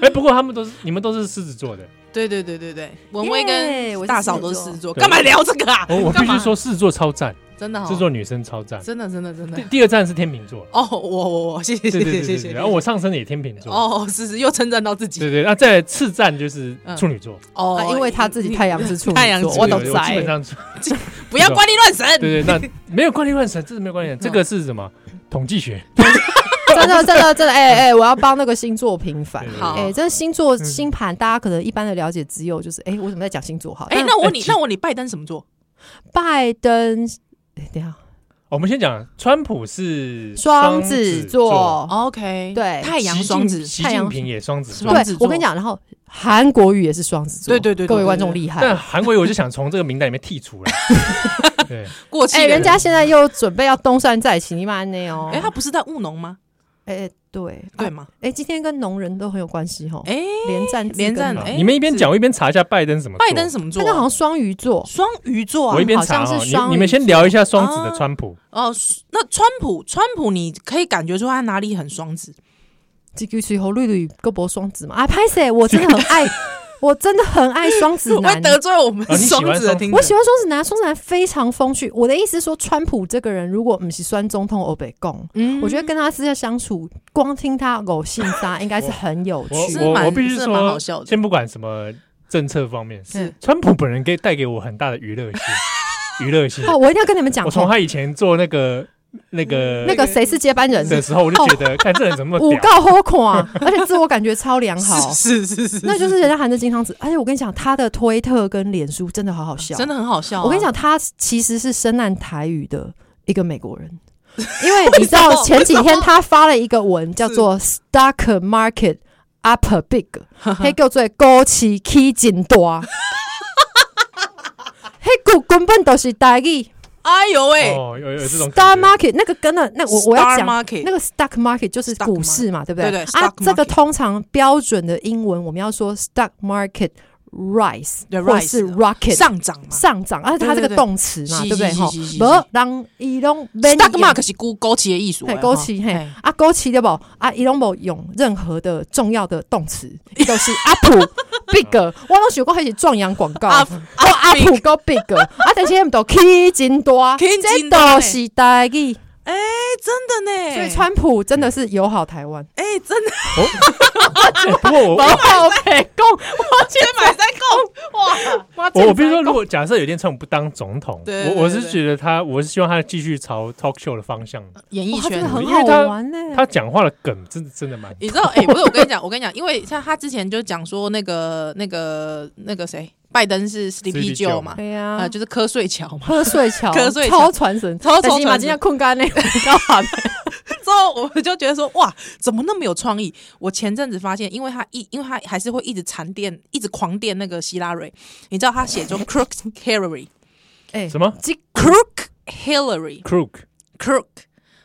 Speaker 2: 哎、不过他们都是你们都是狮子座的，
Speaker 1: 对对对对对，文威跟
Speaker 3: 耶我是
Speaker 1: 大嫂
Speaker 3: 狮子
Speaker 1: 都
Speaker 3: 座
Speaker 1: 狮子座，
Speaker 2: 对
Speaker 1: 干嘛聊这个啊？
Speaker 2: 我我必
Speaker 1: 干嘛
Speaker 2: 须说狮子座超赞，
Speaker 1: 真的哦，
Speaker 2: 狮子座女生超赞。
Speaker 1: 真的真的真的
Speaker 2: 第。第二站是天秤座，
Speaker 1: 哦，我我我，谢谢
Speaker 2: 对
Speaker 1: 谢
Speaker 2: 对
Speaker 1: 谢
Speaker 2: 对对
Speaker 1: 谢
Speaker 2: 对
Speaker 1: 谢。
Speaker 2: 然后我上升也天秤座，
Speaker 1: 哦，是是，又称赞到自己
Speaker 2: 对对。那再来次站就是
Speaker 1: 嗯
Speaker 2: 处女座，
Speaker 1: 哦
Speaker 3: 啊，因为他自己太阳之处女座，
Speaker 1: 太阳之处
Speaker 3: 我
Speaker 1: 女
Speaker 3: 都
Speaker 1: 座
Speaker 2: 对对对我基本
Speaker 3: 在。
Speaker 2: 上处
Speaker 1: 你不要怪力乱神。
Speaker 2: 对对，那 没有关联乱神，这是没有关联。这
Speaker 1: 嗯
Speaker 2: 个是什么？统计学。
Speaker 3: 真的真的真的，哎 哎，我要帮那个星座平反
Speaker 2: 对。对对
Speaker 1: 好
Speaker 3: 哎，这星座
Speaker 2: 嗯
Speaker 3: 星盘，大家可能一般的了解只有就是，哎，我怎么在讲星座好？
Speaker 1: 哎，
Speaker 3: 但
Speaker 1: 那我问
Speaker 2: 哎
Speaker 1: 你，
Speaker 2: 其
Speaker 1: 那我问你，拜登什么座？
Speaker 3: 拜登，哎等一下，
Speaker 2: 我们先讲，川普是
Speaker 3: 双
Speaker 2: 子
Speaker 3: 子，座，
Speaker 1: OK，
Speaker 3: 对
Speaker 1: 太阳
Speaker 2: 习近
Speaker 1: 双子，
Speaker 2: 习
Speaker 3: 太
Speaker 2: 近
Speaker 3: 阳
Speaker 2: 平也双子座
Speaker 1: 双。子
Speaker 3: 对
Speaker 1: 座
Speaker 3: 我跟你讲，然后韩国语也是双子座，
Speaker 1: 对对对对
Speaker 3: 各位观
Speaker 1: 对
Speaker 3: 众
Speaker 1: 对
Speaker 3: 厉害
Speaker 2: 但。韩国瑜我就想从这个名单里面剔除了。 对，
Speaker 1: 过气
Speaker 3: 哎，
Speaker 1: 的人
Speaker 3: 人家现在又准备要东山再起，你妈呢哦！
Speaker 1: 哎，他不是在务农吗？
Speaker 3: 哎，对
Speaker 1: 对
Speaker 3: 啊
Speaker 1: 吗？
Speaker 3: 哎，今天跟农人都很有关系
Speaker 2: 啊
Speaker 3: 哈。
Speaker 1: 哎，
Speaker 3: 连战字
Speaker 1: 连战
Speaker 3: 跟
Speaker 2: 好
Speaker 1: 哎
Speaker 2: 你们一边讲，我一边查一下拜登什么座。
Speaker 1: 拜登什么座
Speaker 3: 那个
Speaker 1: 啊？
Speaker 3: 好像双鱼座，
Speaker 1: 双鱼座啊
Speaker 2: 我一。边
Speaker 3: 好
Speaker 2: 查
Speaker 3: 像
Speaker 2: 哈，
Speaker 3: 是
Speaker 2: 你
Speaker 3: 双
Speaker 2: 你
Speaker 3: 鱼
Speaker 2: 们先
Speaker 3: 座
Speaker 2: 聊一下双子的
Speaker 1: 啊
Speaker 2: 川普。
Speaker 1: 哦，那川普，川普你可以感觉出他哪里很双子，
Speaker 3: 这个随后绿绿个博双子嘛？啊，拍谁？我真的很 爱，我真的很爱双子
Speaker 1: 会
Speaker 3: 男。
Speaker 1: 得罪我们
Speaker 2: 哦你喜欢
Speaker 1: 双子的
Speaker 2: 双
Speaker 1: 听
Speaker 3: 我
Speaker 1: 众。
Speaker 3: 喜欢双子男，双子男非常风趣。我的意思是说，川普这个人如果不是酸中痛欧北共，
Speaker 1: 嗯
Speaker 3: 我觉得跟他私下相处，光听他 偶性杀应该是很有
Speaker 2: 我
Speaker 1: 是
Speaker 3: 趣。
Speaker 2: 我我
Speaker 1: 蛮
Speaker 2: 必须
Speaker 1: 是蛮好
Speaker 2: 说啊
Speaker 1: 笑，的
Speaker 2: 先不管什么政策方面，
Speaker 1: 是
Speaker 2: 川普本人给带给我很大的娱乐 性，娱乐性。
Speaker 3: 哦，我一定要跟你们讲
Speaker 2: 我，从他以前做那个那个
Speaker 3: 那个谁是接班 人，哦
Speaker 2: 的时候，我就觉得，看这人怎么那
Speaker 3: 五
Speaker 2: 么屌。
Speaker 3: 告好看，而且自我感觉超 良好。
Speaker 1: 是是是是，
Speaker 3: 那就是人家含着金汤匙，而哎且我跟你讲，他的推特跟脸书真的好哦好笑，
Speaker 1: 真的很好笑啊。
Speaker 3: 我跟你讲，他其实是深谙台语的一个美国 人，因为你知道前几天他发了一个文，叫做 “Stock Market Up a Big”，嘿，叫做高起起真大， 嘿，股根本都是台语。
Speaker 1: 哎呦喂，
Speaker 2: 哦，有有这种
Speaker 3: Stock
Speaker 2: 感觉
Speaker 3: Market 那个跟的那我我要
Speaker 1: Star
Speaker 3: 讲。
Speaker 1: market
Speaker 3: 那个 stock market 就是
Speaker 1: Stock
Speaker 3: 股市嘛，对不对？
Speaker 1: 对对
Speaker 3: 啊
Speaker 1: stock，market
Speaker 3: 这个通常标准的英文我们要说 stock market rise
Speaker 1: 对
Speaker 3: 或
Speaker 1: rise 哦
Speaker 3: 是 rocket
Speaker 1: 上涨嘛
Speaker 3: 上涨，而且它
Speaker 1: 对
Speaker 3: 这
Speaker 1: 对
Speaker 3: 个
Speaker 1: 对
Speaker 3: 动词
Speaker 1: 是
Speaker 3: 嘛，对不对？
Speaker 1: 是
Speaker 3: 哈
Speaker 1: 是是是，
Speaker 3: 不让伊拢免
Speaker 1: ，stock
Speaker 3: 用
Speaker 1: mark 是勾勾起的艺术，
Speaker 3: 嘿
Speaker 1: 哎
Speaker 3: 勾起
Speaker 1: 哈
Speaker 3: 嘿啊，枸杞对不？啊，伊拢无用任何的重要的动词， 都是 up big，我拢想过迄是壮阳广告，
Speaker 1: 啊
Speaker 3: 我 up 够 big，啊，但是他们都起真大，
Speaker 1: 起
Speaker 3: 这
Speaker 1: 很大
Speaker 3: 都是代语，
Speaker 1: 哎，真的呢，
Speaker 3: 所以川普真的是友好台湾，
Speaker 1: 哎，真的，
Speaker 2: 哎不过我
Speaker 3: 友好北共，
Speaker 1: 我今天买在购，哇，
Speaker 2: 我我必须说，如果假设有一天川普不当总统，
Speaker 1: 对对
Speaker 2: 我我
Speaker 1: 对
Speaker 2: 是
Speaker 1: 对
Speaker 2: 觉得他，我是希望他继续朝 talk show 的方向。
Speaker 1: 演艺
Speaker 3: 哇，真
Speaker 1: 圈
Speaker 3: 的。很
Speaker 2: 因为
Speaker 3: 好
Speaker 2: 他
Speaker 3: 玩呢。
Speaker 2: 他讲话的梗真的真的蛮
Speaker 1: 你知道，哎、不是我跟你讲，我跟你讲，因为像他之前就讲说那个、那个、那个谁，拜登是 Sleepy
Speaker 2: Sleepy
Speaker 1: Joe
Speaker 2: Joe
Speaker 1: 嘛，
Speaker 3: 对
Speaker 1: 啊、
Speaker 3: 呀，
Speaker 1: 就是瞌睡桥嘛。
Speaker 3: 瞌睡桥，
Speaker 1: 瞌睡桥
Speaker 3: 超传神，
Speaker 1: 超
Speaker 3: 但是
Speaker 1: 超
Speaker 3: 你嘛
Speaker 1: 传
Speaker 3: 今
Speaker 1: 神
Speaker 3: 天困干呢，干嘛呢？
Speaker 1: 之后我们就觉得说，哇，怎么那么有创意？我前阵子发现，因为他一，因为他还是会一直缠电，一直狂电那个希拉蕊。你知道他 写作 Crook Hillary，
Speaker 3: 哎
Speaker 2: 什么
Speaker 1: 即 Crook Hillary 哦
Speaker 2: crook
Speaker 1: Crook，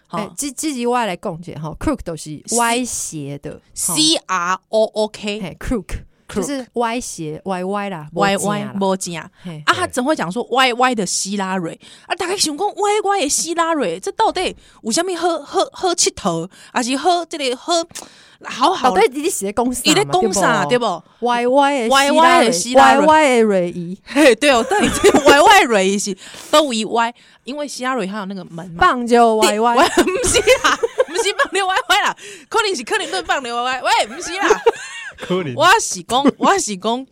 Speaker 1: 好、
Speaker 3: 哎，积积极外来共解哈，crook 都是歪斜的
Speaker 1: C R O O K
Speaker 3: 嘿 crook 就
Speaker 1: Crook
Speaker 3: 是歪斜歪歪啦
Speaker 1: Y
Speaker 3: 没正
Speaker 1: Y
Speaker 3: 啦
Speaker 1: 摩吉啊。
Speaker 3: 嘿哦
Speaker 1: 啊，他怎会讲说歪歪的希拉蕊啊？大概想讲歪歪的希拉蕊，这到底有啥物好好好佚佗，还是好这个好好好
Speaker 3: 哦对，你写公司，
Speaker 1: 你在讲啥对
Speaker 3: 不
Speaker 1: 不？
Speaker 3: 歪歪的
Speaker 1: 歪歪的希腊
Speaker 3: 歪
Speaker 1: 人
Speaker 3: 歪的瑞伊
Speaker 1: 嘿，对哦，到底这 个歪歪蕊是都一歪，因为希拉蕊还有那个门嘛。
Speaker 3: 棒就歪歪，
Speaker 1: 不是啦，不是棒流歪歪啦，可能是克林顿棒流歪歪，喂，不是啦，
Speaker 2: 科林
Speaker 1: 我是讲，我是讲，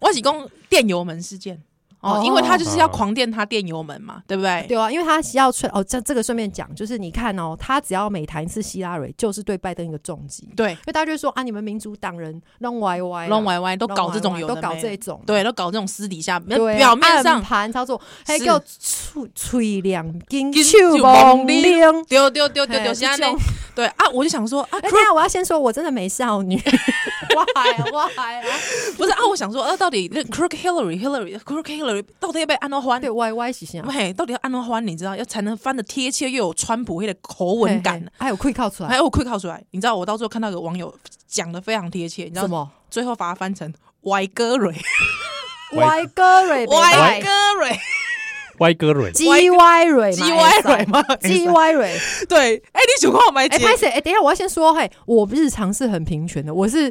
Speaker 1: 我是讲电油门事件哦
Speaker 3: 哦，
Speaker 1: 因为他就是要狂电他电油门嘛，对不对？
Speaker 3: 对啊，因为他要吹哦，这这个顺便讲，就是你看哦，他只要每谈一次希拉蕊，就是对拜登一个重击，因
Speaker 1: 对，
Speaker 3: 为大家就会说啊，你们民主党人弄歪歪，
Speaker 1: 乱歪歪都
Speaker 3: 都
Speaker 1: 搞这种有的
Speaker 3: 都
Speaker 1: 没
Speaker 3: 搞
Speaker 1: 的
Speaker 3: 这种，
Speaker 1: 对，都搞这种私底下，没有
Speaker 3: 对啊，
Speaker 1: 表面上
Speaker 3: 暗盘操作，还
Speaker 1: 是
Speaker 3: 叫吹吹两斤
Speaker 1: 金
Speaker 3: 手
Speaker 1: 手
Speaker 3: 忙
Speaker 1: 忙
Speaker 3: 拎。
Speaker 1: 丢丢丢丢
Speaker 3: 嘿
Speaker 1: 丢，
Speaker 3: 是
Speaker 1: 现在
Speaker 3: 这
Speaker 1: 那
Speaker 3: 种
Speaker 1: 对啊，我就想说啊
Speaker 3: 哎，等一下我要先说，我真的美少女， why why 啊？
Speaker 1: 不是啊，我想说，呃、到底那 Crook Hillary Hillary Crook Hillary 到底要被安到欢
Speaker 3: 对？，why why 是啥？
Speaker 1: 嘿，到底要安到欢？你知道要才能翻的贴切又有川普黑的口吻感
Speaker 3: 嘿，嘿，还有可以靠出
Speaker 1: 还
Speaker 3: 来，
Speaker 1: 有我 quick 靠出来。你知道我到最后看到有网友讲的非常贴切，你知道
Speaker 3: 什么
Speaker 1: 最后把它翻成歪哥蕊，
Speaker 2: 歪
Speaker 3: 歪哥蕊，
Speaker 1: 歪哥蕊，
Speaker 2: 歪哥 蕊，
Speaker 3: 鸡歪蕊，
Speaker 1: 鸡歪蕊吗？
Speaker 3: 鸡歪蕊。
Speaker 1: 对，哎、你想看我买
Speaker 3: 哎，
Speaker 1: 姐？
Speaker 3: 拍谁？哎，等一下，我要先说，嘿，我日常是很平权的，我是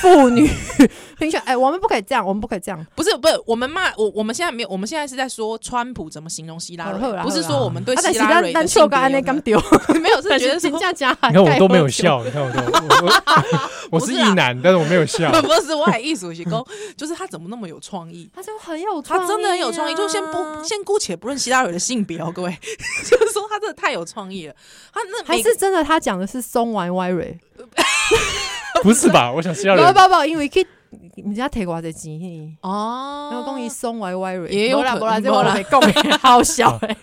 Speaker 3: 妇女 平权。哎，我们不可以这样，我们不可以这样。
Speaker 1: 不是，不是，我们骂我，我们现在没有，我们现在是在说川普怎么形容希拉
Speaker 3: 好好
Speaker 1: 蕊，
Speaker 3: 啦
Speaker 1: 不是说我们对
Speaker 3: 啊，但
Speaker 1: 希
Speaker 3: 是
Speaker 1: 拉
Speaker 3: 咱
Speaker 1: 蕊
Speaker 3: 咱
Speaker 1: 的
Speaker 3: 秀
Speaker 1: 性
Speaker 3: 个
Speaker 1: 别
Speaker 3: 安内
Speaker 1: 有
Speaker 3: 刚
Speaker 1: 没
Speaker 3: 丢，
Speaker 1: 有没有 是觉得
Speaker 3: 真
Speaker 1: 说。
Speaker 3: 价加，
Speaker 2: 你看我都没有。笑，你看我都我 我我
Speaker 1: 不
Speaker 2: 是
Speaker 1: 是啊。
Speaker 2: 一男，但是我没有笑
Speaker 1: 不是，我也艺术系工，就是他怎么那么有创意？
Speaker 3: 他就很有创意啊，
Speaker 1: 他真的很有创意，就先
Speaker 3: 哎
Speaker 1: 不先姑且不论希拉蕊的性别哦，各位， 就是说他真的太有创意了。他那每
Speaker 3: 还是真的，他讲的是松丸歪蕊，
Speaker 2: 不是吧？我想是要
Speaker 3: 不
Speaker 2: 人
Speaker 3: 不不，因为去人家提瓜的钱，嘿
Speaker 1: 哦，
Speaker 3: 然后讲伊松歪歪蕊，
Speaker 1: 也有
Speaker 3: 没啦
Speaker 1: 可
Speaker 3: 没啦，这
Speaker 1: 没
Speaker 3: 我
Speaker 1: 啦
Speaker 3: 来讲的，好笑 哎，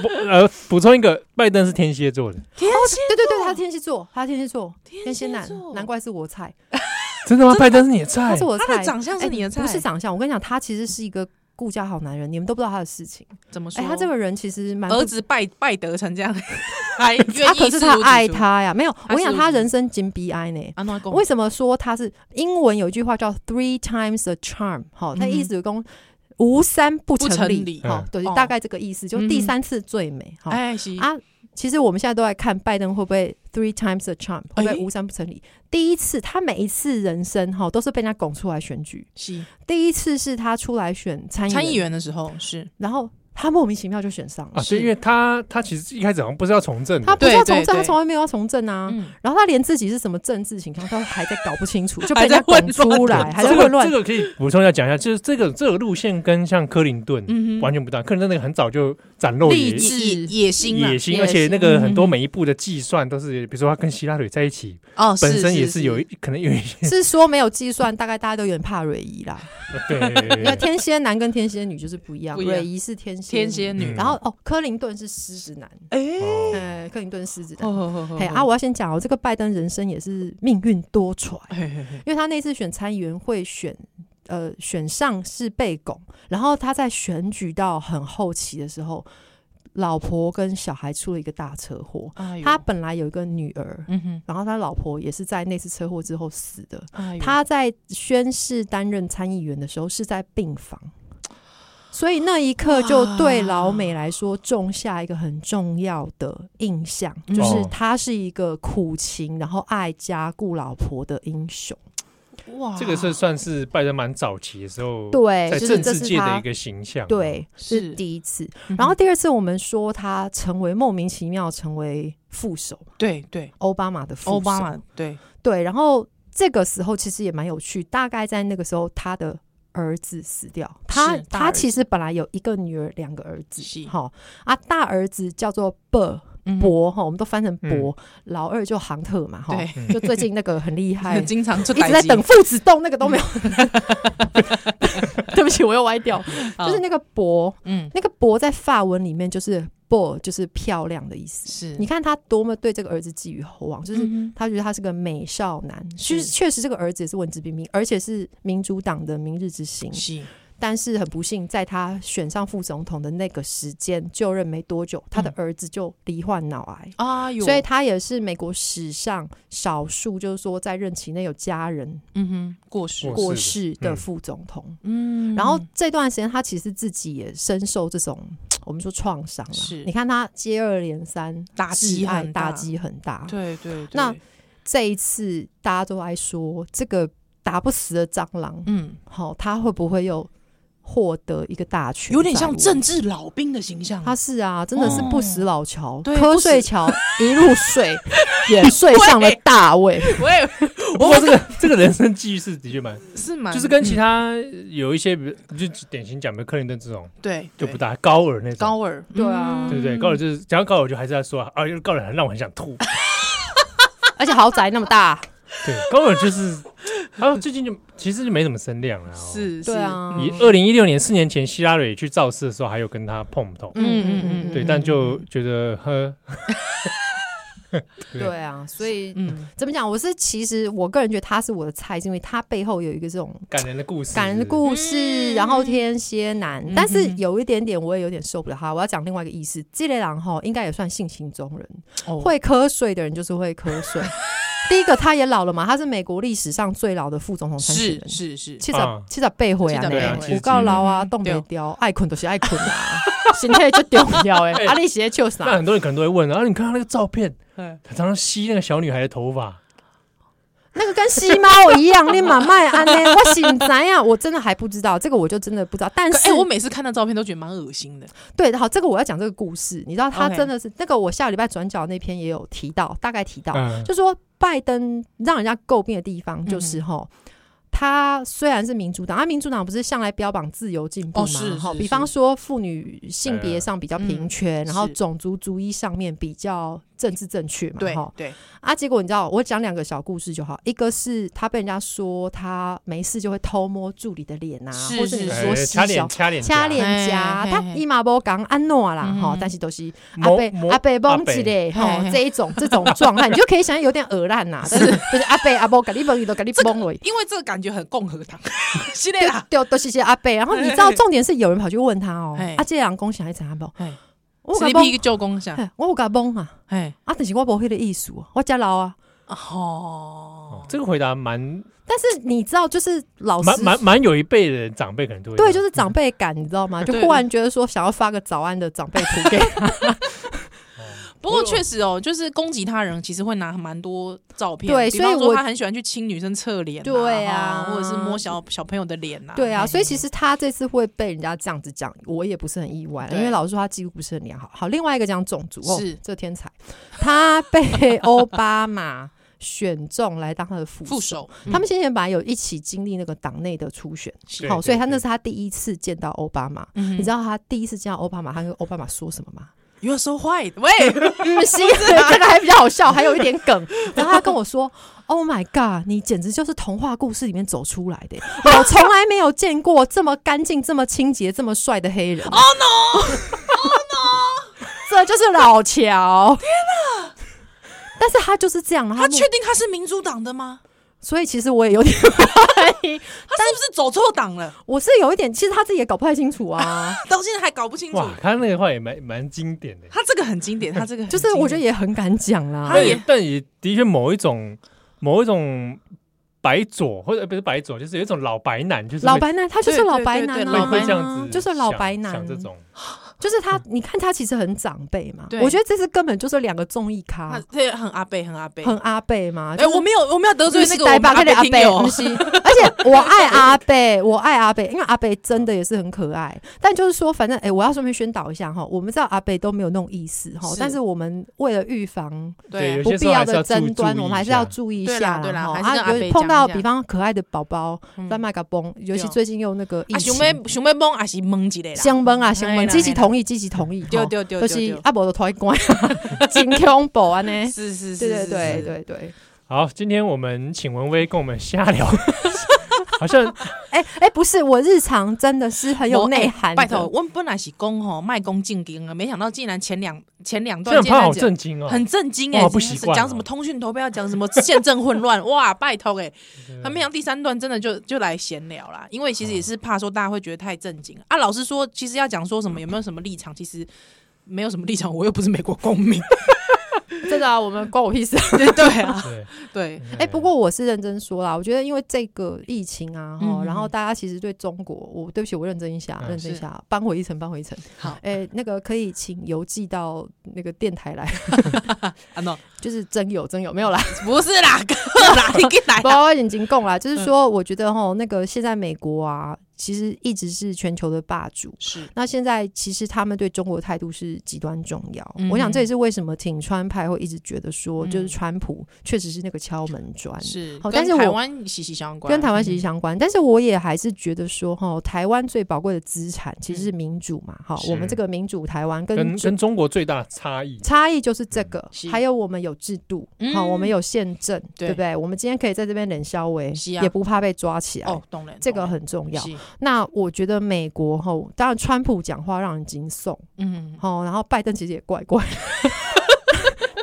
Speaker 2: 不呃，补充一个，拜登是天蝎座的，
Speaker 1: 天蝎
Speaker 3: 对对对，他天蝎座，他天蝎座，天蝎男，难
Speaker 1: 怪
Speaker 3: 怪是我菜，
Speaker 2: 真的吗？拜登哎是你的菜
Speaker 3: 他是，我
Speaker 1: 他
Speaker 3: 菜
Speaker 1: 的，长相是
Speaker 3: 哎
Speaker 1: 你的菜，
Speaker 3: 不是长相，我跟你讲，他其实是一个顾家好男人，你们都不知道他的事情。
Speaker 1: 怎么说？
Speaker 3: 哎，他这个人其实蛮不
Speaker 1: 儿子败败德成这 样，还 愿意
Speaker 3: 啊，可是他爱他呀，没有，我
Speaker 1: 他
Speaker 3: 跟你讲，
Speaker 1: 是
Speaker 3: 他人生金 B I 呢。
Speaker 1: 安诺啊公
Speaker 3: 为什么说他是英文有一句话叫 three times the charm？好，他
Speaker 1: 嗯哼
Speaker 3: 意思有公无三不
Speaker 1: 不
Speaker 3: 成
Speaker 1: 成
Speaker 3: 立。
Speaker 1: 立？
Speaker 3: 好
Speaker 2: 嗯，
Speaker 3: 对
Speaker 1: 哦，
Speaker 3: 大概这个意思，就
Speaker 1: 嗯
Speaker 3: 第
Speaker 1: 哼
Speaker 3: 三次最美。好，
Speaker 1: 哎，是
Speaker 3: 啊其实我们现在都在看拜登会不会 three times the charm，会不会
Speaker 1: 哎
Speaker 3: 无三不成立？第一次，他每一次人生哈都是被人家拱出来选举。
Speaker 1: 是
Speaker 3: 第一次是他出来选参
Speaker 1: 参
Speaker 3: 议
Speaker 1: 议
Speaker 3: 员，
Speaker 1: 员的时候是
Speaker 3: 然后他莫名其妙就选上
Speaker 2: 啊，
Speaker 3: 了。
Speaker 2: 对，因为他他其实一开始好像不是要从政
Speaker 3: 他
Speaker 2: 的，
Speaker 3: 不是要
Speaker 1: 对对
Speaker 3: 从政，他
Speaker 1: 对
Speaker 3: 从来没有要从政啊。
Speaker 1: 嗯，
Speaker 3: 然后他连自己是什么政治倾向，他还在搞不清楚，就
Speaker 1: 还
Speaker 3: 被人
Speaker 1: 在
Speaker 3: 家拱出
Speaker 1: 混
Speaker 3: 来，
Speaker 1: 乱
Speaker 3: 还在
Speaker 2: 这
Speaker 3: 混
Speaker 2: 个
Speaker 3: 乱
Speaker 2: 这。个可以补充一下讲一下，就是这个这个路线跟像克林顿
Speaker 1: 嗯哼
Speaker 2: 完全不一样，克林顿那个很早就展露野
Speaker 3: 励志
Speaker 1: 野野心啦
Speaker 2: 野心，
Speaker 3: 啊野
Speaker 2: 而且那
Speaker 1: 心
Speaker 2: 个
Speaker 1: 嗯
Speaker 2: 很多每一步的计算都是，比如说他跟希拉蕊在一起，
Speaker 1: 哦，是
Speaker 2: 本身也是有一可能有一些
Speaker 3: 是说没有计算，大概大家都有点怕蕊仪啦，
Speaker 2: 对对对
Speaker 3: 因为
Speaker 2: 对
Speaker 3: 天蝎男跟天蝎女就是不一样，
Speaker 1: 不一样
Speaker 3: 蕊仪是天蝎，
Speaker 1: 天蝎女
Speaker 2: 嗯，
Speaker 3: 然后哦，克林顿是狮子男，
Speaker 1: 哎，
Speaker 2: 哦
Speaker 3: 呃，克林顿狮子
Speaker 1: 哦
Speaker 3: 男。
Speaker 1: 哦哦，
Speaker 3: 嘿啊，我要先讲哦，这个拜登人生也是命运多舛，
Speaker 1: 嘿嘿嘿
Speaker 3: 因为他那次选参议员会选，呃，选上是被拱，然后他在选举到很后期的时候，老婆跟小孩出了一个大车祸。
Speaker 1: 哎呦
Speaker 3: 他本来有一个女儿，
Speaker 1: 嗯哼，
Speaker 3: 然后他老婆也是在那次车祸之后死的。
Speaker 1: 哎呦
Speaker 3: 他在宣誓担任参议员的时候是在病房，所以那一刻就对老美来说种下一个很重要的印象，
Speaker 1: 嗯
Speaker 3: 就是
Speaker 2: 哦
Speaker 3: 他是一个苦情然后爱家顾老婆的英雄。
Speaker 1: 哇，
Speaker 2: 这个是算是拜登蛮早期的时候，
Speaker 3: 对，
Speaker 2: 在
Speaker 3: 就是
Speaker 2: 政
Speaker 3: 这
Speaker 2: 治
Speaker 3: 是
Speaker 2: 界的
Speaker 3: 他
Speaker 2: 一。个形象，
Speaker 3: 对，是
Speaker 1: 是
Speaker 3: 第一次。
Speaker 1: 嗯哼，
Speaker 3: 然后第二次，我们说他成为莫名其妙成为副手，
Speaker 1: 对对，
Speaker 3: 奥巴马的副手。
Speaker 1: 奥巴马对，
Speaker 3: 对，然后这个时候其实也蛮有趣，大概在那个时候，他的儿子死掉，他
Speaker 1: 是大
Speaker 3: 他
Speaker 1: 儿子
Speaker 3: 其实本来有一个女儿，两个儿子
Speaker 1: 是，
Speaker 3: 好啊，大儿子叫做伯
Speaker 1: 嗯
Speaker 3: 伯哈，我们都翻成伯，老二就杭特嘛哈，
Speaker 1: 对，
Speaker 2: 嗯
Speaker 3: 就最近那个很厉害。
Speaker 1: 经常 就
Speaker 3: 哦一直在 等父子洞，那个都没有。对不起，我又歪掉。就是那个伯，
Speaker 1: 嗯
Speaker 3: 那个伯在法文里面就是 beau，就是漂亮的意思。
Speaker 1: 是
Speaker 3: 你看他多么对这个儿子寄予厚望，就是
Speaker 1: 嗯
Speaker 3: 他觉得他是个美少男，
Speaker 1: 是
Speaker 3: 确确实这个儿子也是文质彬彬，而且是民主党的明日之星
Speaker 1: 哼。是
Speaker 3: 但是很不幸，在他选上副总统的那个时间就任没多久，
Speaker 1: 嗯
Speaker 3: 他的儿子就罹患脑癌。
Speaker 1: 啊有，
Speaker 3: 所以他也是美国史上少数，就是说在任期内有家人
Speaker 1: 嗯哼过世
Speaker 2: 过世
Speaker 3: 过
Speaker 2: 的
Speaker 3: 世的
Speaker 2: 嗯
Speaker 3: 副总统。
Speaker 1: 嗯
Speaker 3: 然后这段时间，他其实自己也深受这种我们说创伤啦。
Speaker 1: 是
Speaker 3: 你看他接二连三
Speaker 1: 打击
Speaker 3: 挚爱
Speaker 1: 很
Speaker 3: 打
Speaker 1: 大
Speaker 3: 击很大，
Speaker 1: 对对对，
Speaker 3: 那这一次大家都爱说这个打不死的蟑螂，
Speaker 1: 嗯。
Speaker 3: 好、他会不会又获得一个大权？
Speaker 1: 有点像政，治老兵的形象。
Speaker 3: 他是啊，真的是不死老乔，
Speaker 1: 对
Speaker 3: 瞌睡乔一路 睡也睡上了大位，
Speaker 1: 我也
Speaker 2: 不过这个这个人生际遇是的确蛮，
Speaker 1: 是 蛮，
Speaker 2: 就是跟其
Speaker 1: 他、
Speaker 2: 他有一些，比如就典型讲，比如克林顿这种
Speaker 1: 嗯对
Speaker 2: 就
Speaker 1: 对
Speaker 2: 不大高尔那种，
Speaker 1: 高尔，
Speaker 3: 对啊
Speaker 1: 嗯
Speaker 2: 对不对？高尔就是讲到高尔，就还是要说啊，因为高尔很让我很想吐。
Speaker 3: 而且豪宅那么大，
Speaker 2: 对，高尔就是， 还有最近就其实就没怎么声量了、哦。，
Speaker 1: 是，
Speaker 3: 对啊
Speaker 1: 是
Speaker 2: 以二零一六年四年前希拉蕊去造势的
Speaker 1: 嗯
Speaker 3: 嗯
Speaker 2: 时候，还有跟他碰头，
Speaker 1: 嗯嗯嗯
Speaker 2: 对，但就觉得呵，
Speaker 3: 对啊，所以
Speaker 1: 嗯，
Speaker 3: 怎么讲？我是其实我个人觉得他是我的菜，是因为他背后有一个这种
Speaker 2: 感人的故事，
Speaker 3: 感人的故事，
Speaker 1: 嗯
Speaker 3: 然后天蝎男，
Speaker 1: 嗯
Speaker 3: 但是
Speaker 1: 哼
Speaker 3: 有一点点我也有点受不了他。我要讲另外一个意思，这类狼哈应该也算性情中人，
Speaker 1: 哦
Speaker 3: 会瞌睡的人就是会瞌 睡。第一个他也老了嘛，他是美国历史上最老的副总统参选
Speaker 1: 是
Speaker 3: 人。
Speaker 1: 是是，
Speaker 3: 七十
Speaker 2: 啊
Speaker 3: 七十八岁啊
Speaker 1: 七十八
Speaker 2: 岁对啊
Speaker 3: 呢，
Speaker 2: 其实
Speaker 3: 有够老啊，
Speaker 1: 嗯
Speaker 3: 冻袂掉，爱困就是爱困 啊，身体就重要诶。啊，你写笑
Speaker 2: 哎那
Speaker 3: 啥？哎
Speaker 2: 很多人可能都会问，然、啊后你看他那个照片，
Speaker 1: 嗯
Speaker 2: 他常常吸那个小女孩的头发，
Speaker 3: 那个跟吸猫一样，你妈卖安呢？我醒怎样？啊我真的还不知道，这个我就真的不知道。但
Speaker 1: 可
Speaker 3: 是
Speaker 1: 哎，我每次看到照片都觉得蛮恶心的。
Speaker 3: 对，好，这个我要讲这个故事，你知道他
Speaker 1: OK
Speaker 3: 真的是那个，我下礼拜转角那篇也有提到，大概提到，
Speaker 2: 嗯，
Speaker 3: 就说拜登让人家诟病的地方
Speaker 1: 嗯
Speaker 3: 就是吼。他虽然是民主党，他啊民主党不是向来标榜自由进步
Speaker 1: 哦
Speaker 3: 嘛？
Speaker 1: 是
Speaker 3: 吼
Speaker 1: 是
Speaker 3: 比
Speaker 1: 是
Speaker 3: 方说妇女性
Speaker 2: 对
Speaker 3: 别
Speaker 2: 啊
Speaker 3: 上比较
Speaker 1: 嗯
Speaker 3: 平权，然后
Speaker 1: 是
Speaker 3: 种族族裔上面比较政治正确嘛？
Speaker 1: 对
Speaker 3: 吼
Speaker 1: 对，
Speaker 3: 啊，结果你知道，我讲两个小故事就好。一个是他被人家说他没事就会偷摸助理的脸啊，
Speaker 1: 是
Speaker 3: 或是你
Speaker 1: 是
Speaker 3: 说
Speaker 2: 哎
Speaker 3: 吸
Speaker 2: 掐
Speaker 3: 小
Speaker 2: 脸掐脸
Speaker 3: 掐
Speaker 2: 颊
Speaker 3: 脸颊，
Speaker 1: 嘿嘿
Speaker 3: 他
Speaker 1: 嘿
Speaker 3: 伊嘛无讲安诺啦
Speaker 1: 嗯
Speaker 3: 吼，但是都是阿
Speaker 2: 摸
Speaker 3: 贝
Speaker 2: 摸
Speaker 3: 阿贝
Speaker 2: 阿
Speaker 3: 蹦
Speaker 2: 伯
Speaker 3: 起嘞吼
Speaker 1: 嘿嘿
Speaker 3: 这一种这种状 态，你就可以想象有点恶烂呐，但是就是阿贝阿伯咖喱蹦伊都咖喱蹦了。
Speaker 1: 因为这个感觉很共和党， 系列
Speaker 3: 对
Speaker 1: 啦。
Speaker 3: 对，都是些阿贝，然后你知道
Speaker 1: 嘿嘿
Speaker 3: 重点是有人跑去问他哦
Speaker 1: 嘿，
Speaker 3: 啊，这人公想一怎阿伯
Speaker 1: 嘿，
Speaker 3: 我
Speaker 1: 是
Speaker 3: 甲
Speaker 1: 你
Speaker 3: 蹦，
Speaker 1: 批旧功下，
Speaker 3: 嘿我有甲蹦啊，
Speaker 1: 哎，
Speaker 3: 啊，但是我无迄个意思，我加老啊。
Speaker 1: 哦，
Speaker 2: 这个回答蛮
Speaker 3: 但是你知道，就是老师
Speaker 2: 蛮蛮蛮有一辈的长辈可能都会
Speaker 3: 对，就是长辈感，你知道吗？就
Speaker 1: 对
Speaker 3: 忽然觉得说想要发个早安的长辈图给他，
Speaker 2: 哦
Speaker 1: 不过确实哦，就是攻击他人，其实会拿蛮多照片，
Speaker 3: 对
Speaker 1: 比方
Speaker 3: 所以
Speaker 1: 说
Speaker 3: 我
Speaker 1: 他很喜欢去亲女生侧脸，
Speaker 3: 对啊
Speaker 1: 哦或者是摸小小朋友的脸啊，
Speaker 3: 对啊，所以其
Speaker 1: 实
Speaker 3: 实他这次会被人家这样子讲，我也不是很意外，
Speaker 1: 对
Speaker 3: 因为老实说他几乎不是很良好。好，另外一个讲种族哦
Speaker 1: 是，
Speaker 3: 这天才，他被 奥巴马选中来当他的副
Speaker 1: 副
Speaker 3: 手。
Speaker 1: 手
Speaker 3: 他们先前本来有一起经历那个党内的初选，
Speaker 2: 对
Speaker 3: 好，所以他那
Speaker 2: 对
Speaker 3: 是他第一次见到奥巴马。
Speaker 1: 你
Speaker 3: 你知道他第一次见到奥巴马，他跟奥巴马说什么吗？
Speaker 1: You're so white，喂，
Speaker 3: 嗯，行，这个还比较好笑，还有一点梗。然后他跟我说：“Oh my god，你简直就是童话故事里面走出来的，我从来没有见过这么干净、这么清洁、这么帅的黑人。” Oh no！Oh no！这 就是老乔。天哪！但是他就是这样，然后
Speaker 1: 他
Speaker 3: 他
Speaker 1: 确定他是民主党的吗？
Speaker 3: 所以其实我也有点怀疑，
Speaker 1: 他是不是走错党了？
Speaker 3: 我是有一点，其实他自己也搞不太清楚 啊。
Speaker 1: 到现在还搞不清楚。
Speaker 2: 哇，他那个话也蛮蛮经典的，
Speaker 1: 他这个很经典，他这个很
Speaker 3: 哎就是我觉
Speaker 1: 经
Speaker 3: 得
Speaker 1: 典
Speaker 3: 也很敢讲啦，
Speaker 1: 他
Speaker 2: 但
Speaker 1: 也
Speaker 2: 也但也的确某一种某一种白左或者呃不是白左，就是有一种老白男，就是会
Speaker 3: 老白男，他就是
Speaker 1: 对
Speaker 3: 老
Speaker 1: 对
Speaker 3: 白
Speaker 1: 对对
Speaker 3: 男啊，
Speaker 1: 白
Speaker 2: 会
Speaker 1: 男
Speaker 2: 会这样子，
Speaker 3: 就是老白男，
Speaker 2: 想这种，
Speaker 3: 就是他，
Speaker 2: 嗯
Speaker 3: 你看他其实很长辈嘛，
Speaker 1: 对
Speaker 3: 我觉得这是根本就是两个综艺
Speaker 1: 他
Speaker 3: 咖，
Speaker 1: 对很阿贝，很阿贝。
Speaker 3: 很阿贝嘛。
Speaker 1: 哎、
Speaker 3: 就是
Speaker 1: 我没有，我没有得罪那
Speaker 3: 日式
Speaker 1: 个我
Speaker 3: 呆
Speaker 1: 们
Speaker 3: 吧
Speaker 1: 阿
Speaker 3: 那
Speaker 1: 贝
Speaker 3: 个阿
Speaker 1: 听友
Speaker 3: 贝，不，是而且我爱阿贝， 我爱阿贝，因为阿贝真的也是很可爱。但就是说，反正哎、我要顺便宣导一下哈，我们知道阿贝都没有那种意思哈
Speaker 1: 是，
Speaker 3: 但是我们为了预防
Speaker 1: 对
Speaker 2: 有
Speaker 1: 啊，
Speaker 3: 不
Speaker 2: 些时
Speaker 3: 必
Speaker 2: 候
Speaker 3: 要
Speaker 2: 还是
Speaker 3: 的
Speaker 2: 要注
Speaker 3: 争端，
Speaker 2: 注意
Speaker 3: 我们还是
Speaker 2: 一下
Speaker 3: 要注意一
Speaker 1: 对
Speaker 3: 下
Speaker 1: 啦对啦
Speaker 3: 哈。
Speaker 1: 还是跟
Speaker 3: 啊，
Speaker 1: 阿
Speaker 3: 有
Speaker 1: 贝
Speaker 3: 碰到
Speaker 1: 讲一下
Speaker 3: 比方可爱的宝宝
Speaker 1: 嗯
Speaker 3: 乱卖个崩，尤其
Speaker 1: 对
Speaker 3: 最近又那个疫
Speaker 1: 啊，
Speaker 3: 情
Speaker 1: 熊，妹熊妹崩还是蒙一个啦，哎
Speaker 3: 香崩啊香
Speaker 1: 嘿
Speaker 3: 崩，
Speaker 1: 啦
Speaker 3: 积极
Speaker 1: 嘿啦
Speaker 3: 同意积极同意，
Speaker 1: 对
Speaker 3: 吼
Speaker 1: 对对
Speaker 3: 就
Speaker 1: 对
Speaker 3: 是
Speaker 1: 对，
Speaker 3: 啊，无就拖去关， 真恐怖安尼。
Speaker 1: 是是是，
Speaker 3: 对对
Speaker 1: 是
Speaker 3: 对，
Speaker 1: 是
Speaker 3: 对对，
Speaker 2: 好，今天我们请文威跟我们瞎聊，好像
Speaker 3: 哎哎，不是，我日常真的是很有内涵
Speaker 1: 哎
Speaker 3: 的。
Speaker 1: 拜托，我们本来是攻吼卖攻进京啊，没想到竟然前两前两
Speaker 2: 这
Speaker 1: 段
Speaker 2: 很
Speaker 1: 竟然
Speaker 2: 怕好
Speaker 1: 讲
Speaker 2: 震惊哦，
Speaker 1: 很震惊哎、
Speaker 2: 哇不习惯
Speaker 1: 讲
Speaker 2: 哦
Speaker 1: 什么通讯投票，讲什么宪政混 乱，哇，拜托哎、
Speaker 2: 嗯
Speaker 1: 他没想到第三段真的就就来闲聊啦，因为其实也是怕说大家会觉得太震惊啊。老实说，其实要讲说什么有没有什么立场，其实没有什么立场，我又不是美国公 民，
Speaker 3: 真的啊，我们关我屁事。
Speaker 1: 对对啊，
Speaker 2: 对，
Speaker 1: 对，
Speaker 3: 哎，不过我是认真说啦，我觉得因为这个疫情啊，哈，
Speaker 1: 嗯
Speaker 3: 然后大家其实对中国，我对不起，我认真一下，
Speaker 2: 嗯
Speaker 3: 认真一
Speaker 1: 是
Speaker 3: 下，扳回一城，扳回一城。
Speaker 1: 好，
Speaker 3: 哎，那个可以请邮寄到那个电台来，
Speaker 1: 啊 no，
Speaker 3: 就是真有真有没有啦，
Speaker 1: 不是啦，哥啦，你给 来
Speaker 3: 不
Speaker 1: 啦，
Speaker 3: 要眼睛供啦。
Speaker 1: 嗯
Speaker 3: 就是说，我觉得哈，那个现在美国啊，其实一直是全球的霸主，
Speaker 1: 是
Speaker 3: 那现在其实他们对中国的态度是极端重要，
Speaker 1: 嗯
Speaker 3: 我想这也是为什么挺川派会一直觉得说，
Speaker 1: 嗯
Speaker 3: 就是川普确实是那个敲门砖，
Speaker 1: 是，
Speaker 3: 好
Speaker 1: 跟
Speaker 3: 但是我
Speaker 1: 台湾息息相关，
Speaker 3: 跟台湾息息
Speaker 1: 关，嗯
Speaker 3: 相关。但是我也还是觉得说，哈，台湾最宝贵的资产其
Speaker 1: 嗯
Speaker 3: 实是民主嘛，哈，
Speaker 2: 是
Speaker 3: 我们这个民主台湾跟
Speaker 2: 跟
Speaker 3: 中。
Speaker 2: 跟中国最大的差异，
Speaker 3: 差异就是这个
Speaker 1: 嗯是，
Speaker 3: 还有我们有制度，
Speaker 1: 嗯
Speaker 3: 好，我们有宪政，
Speaker 1: 对
Speaker 3: 对不对？我们今天可以在这边冷消维
Speaker 1: 是，啊
Speaker 3: 也不怕被抓起来
Speaker 1: 哦，，懂了，
Speaker 3: 这个
Speaker 1: 懂了
Speaker 3: 很重要。嗯
Speaker 1: 是
Speaker 3: 那我觉得美国吼，当然川普讲话让人惊悚，
Speaker 1: 嗯，
Speaker 3: 哦，然后拜登其实也怪怪的。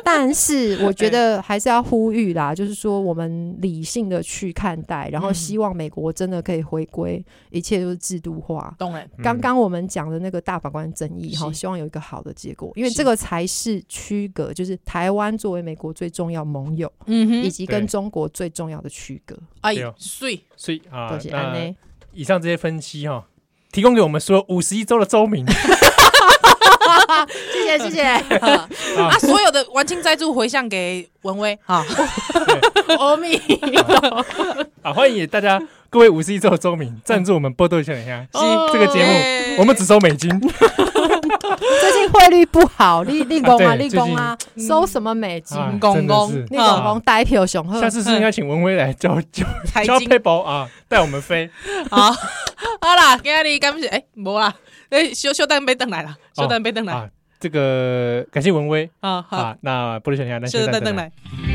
Speaker 3: 但是我觉得还是要呼吁啦，就是说我们理性的去看待，然后
Speaker 1: 嗯
Speaker 3: 希望美国真的可以回归，一切都是制度化。
Speaker 1: 当然，
Speaker 3: 刚刚我们讲的那个大法官争议，哈，
Speaker 1: 是
Speaker 3: 希望有一个好的结果，因为
Speaker 1: 是
Speaker 3: 这个才是区隔，就是台湾作为美国最重要盟友，
Speaker 1: 嗯
Speaker 3: 以
Speaker 1: 哼，
Speaker 3: 及跟
Speaker 2: 对
Speaker 3: 中国最重要的区隔。
Speaker 1: 哎
Speaker 2: 对哦，
Speaker 1: 水
Speaker 2: 所以啊
Speaker 3: 多谢，哎安
Speaker 2: 那
Speaker 3: 内，
Speaker 2: 以上这些分析哈，提供给我们所有五十一州的州民
Speaker 3: 谢谢谢谢，
Speaker 1: 啊，所有的完清债主回向给文威 啊，
Speaker 3: 欧米，
Speaker 2: 啊，欢迎大家各位五十一州的州民赞助我们波多小虾
Speaker 1: 哦
Speaker 2: 这个节
Speaker 1: 耶
Speaker 2: 目，我们只收美金，
Speaker 3: 最近汇率不好，立立功啊
Speaker 2: 啊对
Speaker 3: 立功啊，收什么美金？
Speaker 2: 啊
Speaker 1: 公公哦
Speaker 2: 真的
Speaker 3: 立
Speaker 2: 是
Speaker 3: 功功呆票雄
Speaker 1: 嗯
Speaker 3: 鹤
Speaker 2: 下，次是应该请文辉来教教
Speaker 1: 财
Speaker 2: 教
Speaker 1: 经
Speaker 2: 佩宝啊，带我们 飞。
Speaker 1: 好，好啦，今日感谢，哎，无啦，哎，小小蛋被等来了，嗯小蛋被等来，
Speaker 2: 啊，这个感谢文威
Speaker 1: 啊，好，
Speaker 2: 哦啊，那不如想想，那
Speaker 1: 小
Speaker 2: 就
Speaker 1: 蛋
Speaker 2: 等
Speaker 1: 等
Speaker 2: 等来。
Speaker 1: 来。